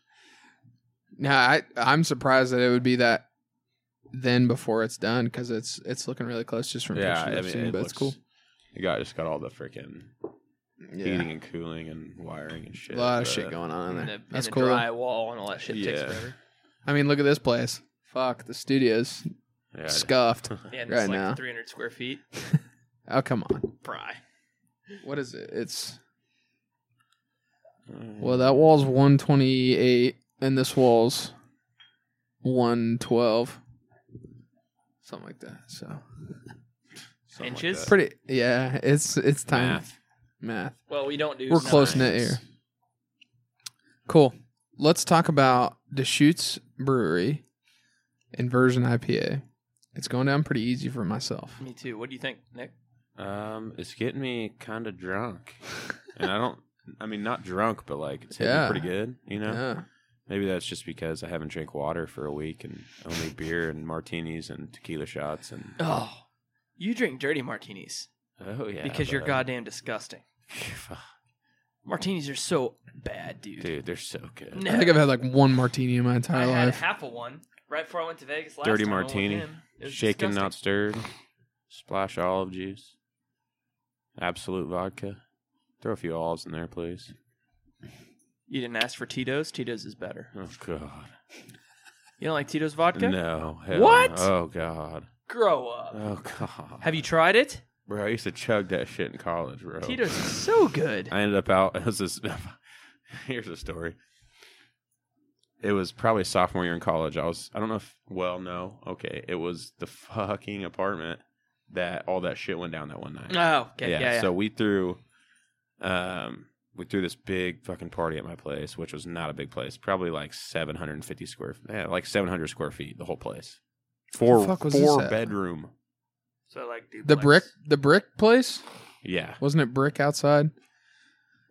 Speaker 1: Now I I'm surprised that it would be that then before it's done because it's it's looking really close just from
Speaker 2: Yeah,
Speaker 1: pictures
Speaker 2: I
Speaker 1: I've
Speaker 2: mean,
Speaker 1: seen,
Speaker 2: it
Speaker 1: but
Speaker 2: looks
Speaker 1: it's cool.
Speaker 2: You got just got all the freaking
Speaker 1: Yeah,
Speaker 2: heating and cooling and wiring and
Speaker 1: a
Speaker 2: shit.
Speaker 1: lot of
Speaker 2: but-
Speaker 1: shit going on in
Speaker 4: And the,
Speaker 1: there.
Speaker 4: and
Speaker 1: That's
Speaker 4: the
Speaker 1: cool.
Speaker 4: drywall and all that shit takes
Speaker 2: Yeah.
Speaker 4: forever.
Speaker 1: I mean, look at this place. Fuck, the studio's
Speaker 2: Yeah, I-
Speaker 1: scuffed.
Speaker 4: Yeah, and
Speaker 1: Right
Speaker 4: it's like
Speaker 1: now.
Speaker 4: 300 square feet.
Speaker 1: Oh come on,
Speaker 4: Pry.
Speaker 1: what is it? It's
Speaker 2: Mm.
Speaker 1: well that wall's 128 and this wall's 112, something like that. So
Speaker 2: something like
Speaker 4: inches?
Speaker 2: that.
Speaker 1: pretty. Yeah, it's it's time
Speaker 2: Math.
Speaker 1: math.
Speaker 4: Well, we don't do.
Speaker 1: We're
Speaker 4: signs.
Speaker 1: close knit here. Cool. Let's talk about Deschutes Brewery and Version IPA. It's going down pretty easy for myself.
Speaker 4: Me too. What do you think, Nick?
Speaker 2: Um, it's getting me kind
Speaker 1: (laughs)
Speaker 2: of drunk, and I don't. I mean, not drunk, but like it's hitting
Speaker 1: Yeah.
Speaker 2: me pretty good. You know,
Speaker 1: Yeah.
Speaker 2: maybe that's just because I haven't drank water for a week and only beer and martinis and tequila shots and
Speaker 4: Oh, you drink dirty martinis
Speaker 2: oh yeah,
Speaker 4: because you're
Speaker 2: bud.
Speaker 4: goddamn disgusting.
Speaker 2: (laughs) Fuck,
Speaker 4: Martinis are so bad, dude.
Speaker 2: dude, they're so good.
Speaker 4: No.
Speaker 1: I think I've had like one martini in my
Speaker 4: I
Speaker 1: entire
Speaker 4: had
Speaker 1: life.
Speaker 4: half of one right before I went to Vegas last
Speaker 2: Dirty
Speaker 4: time I went
Speaker 2: martini.
Speaker 4: in. It was
Speaker 2: Shaken,
Speaker 4: disgusting.
Speaker 2: not stirred. Splash olive juice. Absolute vodka. Throw a few olives in there, please.
Speaker 4: You didn't ask for Tito's. Tito's is better.
Speaker 2: Oh God.
Speaker 4: You don't like Tito's vodka?
Speaker 2: No. hell
Speaker 4: What?
Speaker 2: no. Oh God.
Speaker 4: Grow up.
Speaker 2: Oh God.
Speaker 4: Have you tried it?
Speaker 2: Bro, I used to chug that shit in college, bro. (laughs)
Speaker 4: Tito's is so good.
Speaker 2: I ended up out. (laughs) It was this, here's a story. It was probably sophomore year in college. I was. I don't know if. Well, no. Okay. It was the fucking apartment that all that shit went down that one night.
Speaker 4: Oh, okay. Yeah. yeah.
Speaker 2: So we threw, um, we threw this big fucking party at my place, which was not a big place. Probably like 750 square. Yeah, like 700 square feet. The whole place. Four
Speaker 1: fuck was this
Speaker 2: four
Speaker 1: at?
Speaker 2: bedroom.
Speaker 4: So like
Speaker 1: The
Speaker 4: duplex.
Speaker 1: brick, the brick place
Speaker 2: Yeah.
Speaker 1: wasn't it brick outside?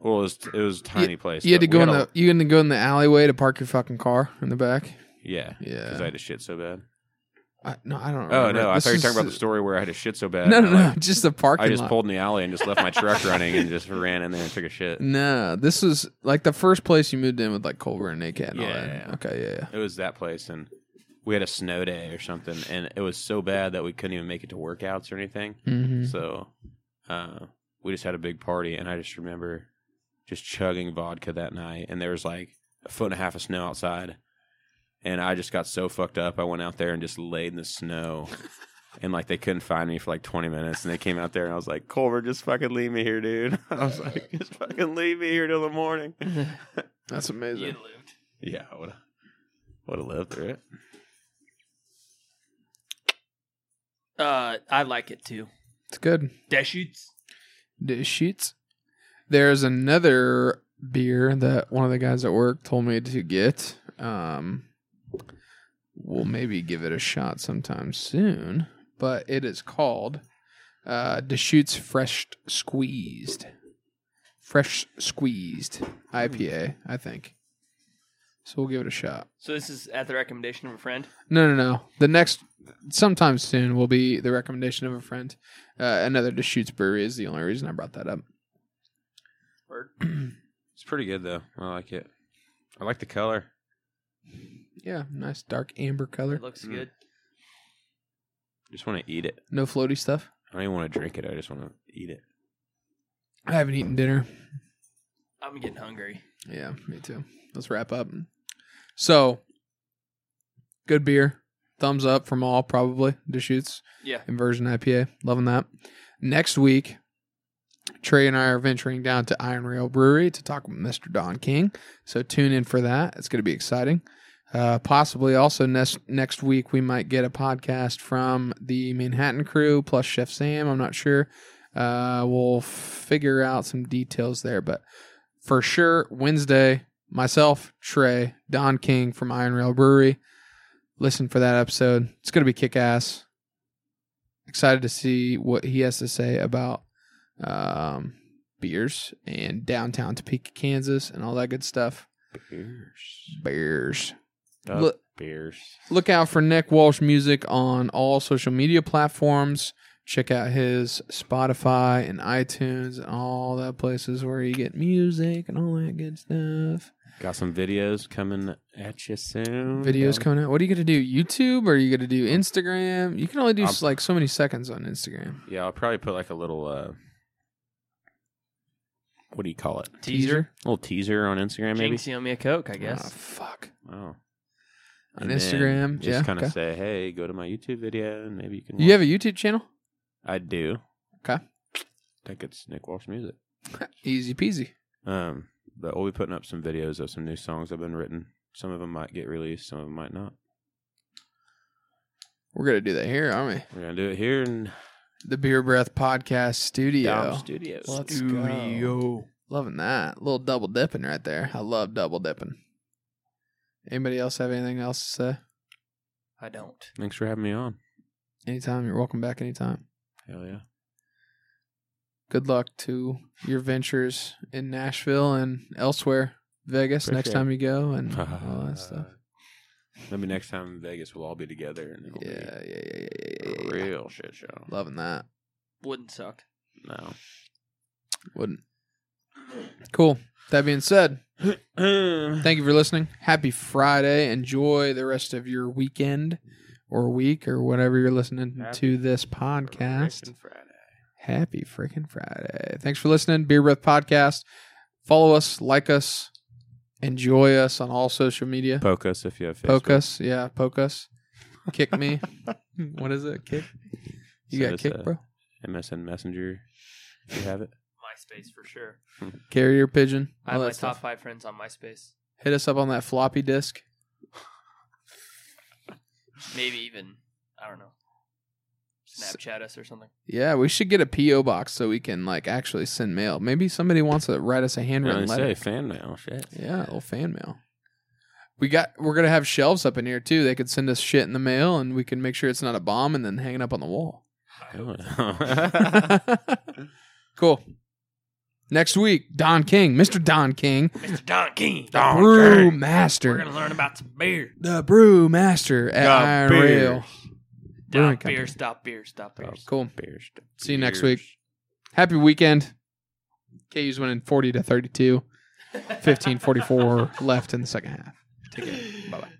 Speaker 2: Well, it was, it was a tiny place.
Speaker 1: You had to
Speaker 2: but we
Speaker 1: go in
Speaker 2: a-
Speaker 1: the you had to go in the alleyway to park your fucking car in the back.
Speaker 2: Yeah.
Speaker 1: Yeah.
Speaker 2: Because I had to shit so bad.
Speaker 1: I, no, I don't.
Speaker 2: Oh,
Speaker 1: remember.
Speaker 2: no. I
Speaker 1: This
Speaker 2: thought you were
Speaker 1: is-
Speaker 2: talking about the story where I had to shit so bad.
Speaker 1: No,
Speaker 2: and
Speaker 1: no,
Speaker 2: I,
Speaker 1: no.
Speaker 2: like,
Speaker 1: Just the parking
Speaker 2: I just
Speaker 1: lot.
Speaker 2: pulled in the alley and just left
Speaker 1: (laughs)
Speaker 2: my truck running and just ran in there and took a shit.
Speaker 1: No, this was like the first place you moved in with like Culver and Nick and all
Speaker 2: Yeah,
Speaker 1: that.
Speaker 2: yeah, yeah.
Speaker 1: Okay, yeah, yeah.
Speaker 2: It was that place. And we had a snow day or something. And it was so bad that we couldn't even make it to workouts or anything.
Speaker 1: Mm-hmm.
Speaker 2: So uh, we just had a big party. And I just remember just chugging vodka that night. And there was like a foot and a half of snow outside. And I just got so fucked up. I went out there and just laid in the snow. And like they couldn't find me for like 20 minutes, and they came out there, and I was like, "Culver, just fucking leave me here, dude." (laughs) I was like, "Just fucking leave me here till the morning."
Speaker 1: That's
Speaker 4: You
Speaker 1: amazing.
Speaker 4: lived.
Speaker 2: yeah, I would would have lived through it.
Speaker 4: Uh, I like it too.
Speaker 1: It's good.
Speaker 4: Deschutes.
Speaker 1: The sheets. There's another beer that one of the guys at work told me to get. Um, we'll maybe give it a shot sometime soon, but it is called uh, Deschutes Fresh Squeezed. Fresh Squeezed IPA, I think. So we'll give it a shot.
Speaker 4: So this is at the recommendation of a friend.
Speaker 1: No, no, no. The next, sometime soon, will be the recommendation of a friend. Uh, another Deschutes brewery is the only reason I brought that up.
Speaker 4: Word.
Speaker 2: It's pretty good though. I like it. I like the color.
Speaker 1: Yeah, nice dark amber color.
Speaker 4: It looks
Speaker 2: Mm.
Speaker 4: good.
Speaker 2: Just want to eat it.
Speaker 1: No floaty stuff.
Speaker 2: I don't even want to drink it. I just want to eat it.
Speaker 1: I haven't eaten dinner.
Speaker 4: I'm getting hungry.
Speaker 1: Yeah, me too. Let's wrap up. So, good beer. Thumbs up from all, probably. Deschutes
Speaker 4: Yeah.
Speaker 1: Inversion IPA. Loving that. Next week, Trey and I are venturing down to Iron Rail Brewery to talk with Mr. Don King. So, tune in for that. It's going to be exciting. Uh, possibly also next next week we might get a podcast from the Manhattan crew plus Chef Sam. I'm not sure. Uh, we'll figure out some details there, but for sure Wednesday, myself, Trey, Don King from Iron Rail Brewery. Listen for that episode. It's gonna be kick ass. Excited to see what he has to say about um, beers and downtown Topeka, Kansas, and all that good stuff.
Speaker 2: Beers.
Speaker 1: Bears.
Speaker 2: Duck
Speaker 1: Look-
Speaker 2: beers.
Speaker 1: Look out for Nick Walsh music on all social media platforms. Check out his Spotify and iTunes and all that places where you get music and all that good stuff.
Speaker 2: Got some videos coming at you soon.
Speaker 1: Videos
Speaker 2: Down-
Speaker 1: coming out. What are you gonna do? YouTube or are you gonna do Instagram? You can only do
Speaker 4: Um,
Speaker 2: I'll-
Speaker 1: like so many seconds on Instagram.
Speaker 2: Yeah, I'll probably put like a little. uh What do you call it?
Speaker 4: Teaser.
Speaker 2: A little teaser on Instagram, maybe.
Speaker 4: Jinx, you owe me a coke, I
Speaker 1: Ah,
Speaker 4: guess.
Speaker 1: fuck.
Speaker 2: Oh.
Speaker 1: On
Speaker 2: And then
Speaker 1: Instagram.
Speaker 2: just
Speaker 1: yeah.
Speaker 2: kind of
Speaker 1: okay.
Speaker 2: say, "Hey, go to my YouTube video, and maybe you can."
Speaker 1: You have a YouTube channel?
Speaker 2: I do.
Speaker 1: Okay.
Speaker 2: think it's Nick Walsh music.
Speaker 1: Easy peasy.
Speaker 2: Um, but we'll be putting up some videos of some new songs I've been written. Some of them might get released, some of them might not.
Speaker 1: We're gonna do that here, aren't we?
Speaker 2: We're gonna do it here in
Speaker 1: The Beer Breath Podcast Studio.
Speaker 2: Dom Studios.
Speaker 1: Let's go. Loving that. A little double dipping right there. I love double dipping. Anybody else have anything else to say?
Speaker 4: I don't.
Speaker 2: Thanks for having me on.
Speaker 1: Anytime. You're welcome back anytime.
Speaker 2: Hell yeah.
Speaker 1: Good luck to your ventures in Nashville and elsewhere, Vegas, next
Speaker 2: Appreciate
Speaker 1: time you go
Speaker 2: (laughs)
Speaker 1: and (laughs) all that stuff.
Speaker 2: Maybe next time in Vegas we'll all be together and it'll
Speaker 1: Yeah, yeah, yeah, yeah, yeah,
Speaker 2: be
Speaker 1: yeah,
Speaker 2: a
Speaker 1: yeah.
Speaker 2: real shit show.
Speaker 1: Loving that.
Speaker 4: Wouldn't suck.
Speaker 1: (clears throat)
Speaker 2: No.
Speaker 1: Wouldn't. Cool. That being said, thank you for listening. Happy Friday. Enjoy the rest of your weekend or week or whatever you're listening
Speaker 2: Happy
Speaker 1: to this podcast.
Speaker 2: Freaking Friday.
Speaker 1: Happy freaking Friday. Thanks for listening. Beer Breath Podcast. Follow us, like us, enjoy us on all social media.
Speaker 2: Poke us if you have Facebook.
Speaker 1: Poke us. Yeah, poke us. Kick
Speaker 4: (laughs)
Speaker 1: me. what is it? Kick? You
Speaker 2: Send
Speaker 1: got
Speaker 2: us
Speaker 1: kick,
Speaker 2: a
Speaker 1: bro?
Speaker 2: MSN Messenger. If you have it.
Speaker 4: MySpace for sure.
Speaker 1: Carrier pigeon.
Speaker 4: I have
Speaker 1: all
Speaker 4: my
Speaker 1: that stuff.
Speaker 4: top five friends on MySpace.
Speaker 1: Hit us up on that floppy disk.
Speaker 4: Maybe even I don't know. Snapchat us or something.
Speaker 1: Yeah, we should get a PO box so we can like actually send mail. Maybe somebody wants to write us a
Speaker 2: Yeah,
Speaker 1: handwritten
Speaker 2: they
Speaker 1: letter.
Speaker 2: say fan mail. Shit.
Speaker 1: Yeah, a little fan mail. We got we're gonna have shelves up in here too. They could send us shit in the mail, and we can make sure it's not a bomb and then hang it up on the wall. (laughs)
Speaker 2: Hell (laughs) yeah.
Speaker 1: cool. Next week, Don King, Mr. Don King,
Speaker 4: Mr. Don King.
Speaker 1: Brew
Speaker 4: We're
Speaker 1: Master,
Speaker 4: gonna learn about some beer.
Speaker 1: the Brew Master at
Speaker 2: The
Speaker 1: Iron
Speaker 2: beer.
Speaker 1: Rail. Brewing
Speaker 4: Stop
Speaker 1: company. Oh,
Speaker 4: beer, stop beer, stop beer.
Speaker 1: Cool.
Speaker 2: Bears.
Speaker 1: (laughs) See you next
Speaker 2: Bears.
Speaker 1: week. Happy weekend. KU's winning forty to thirty-two. 15:44 left in the second half. Take it. Bye bye.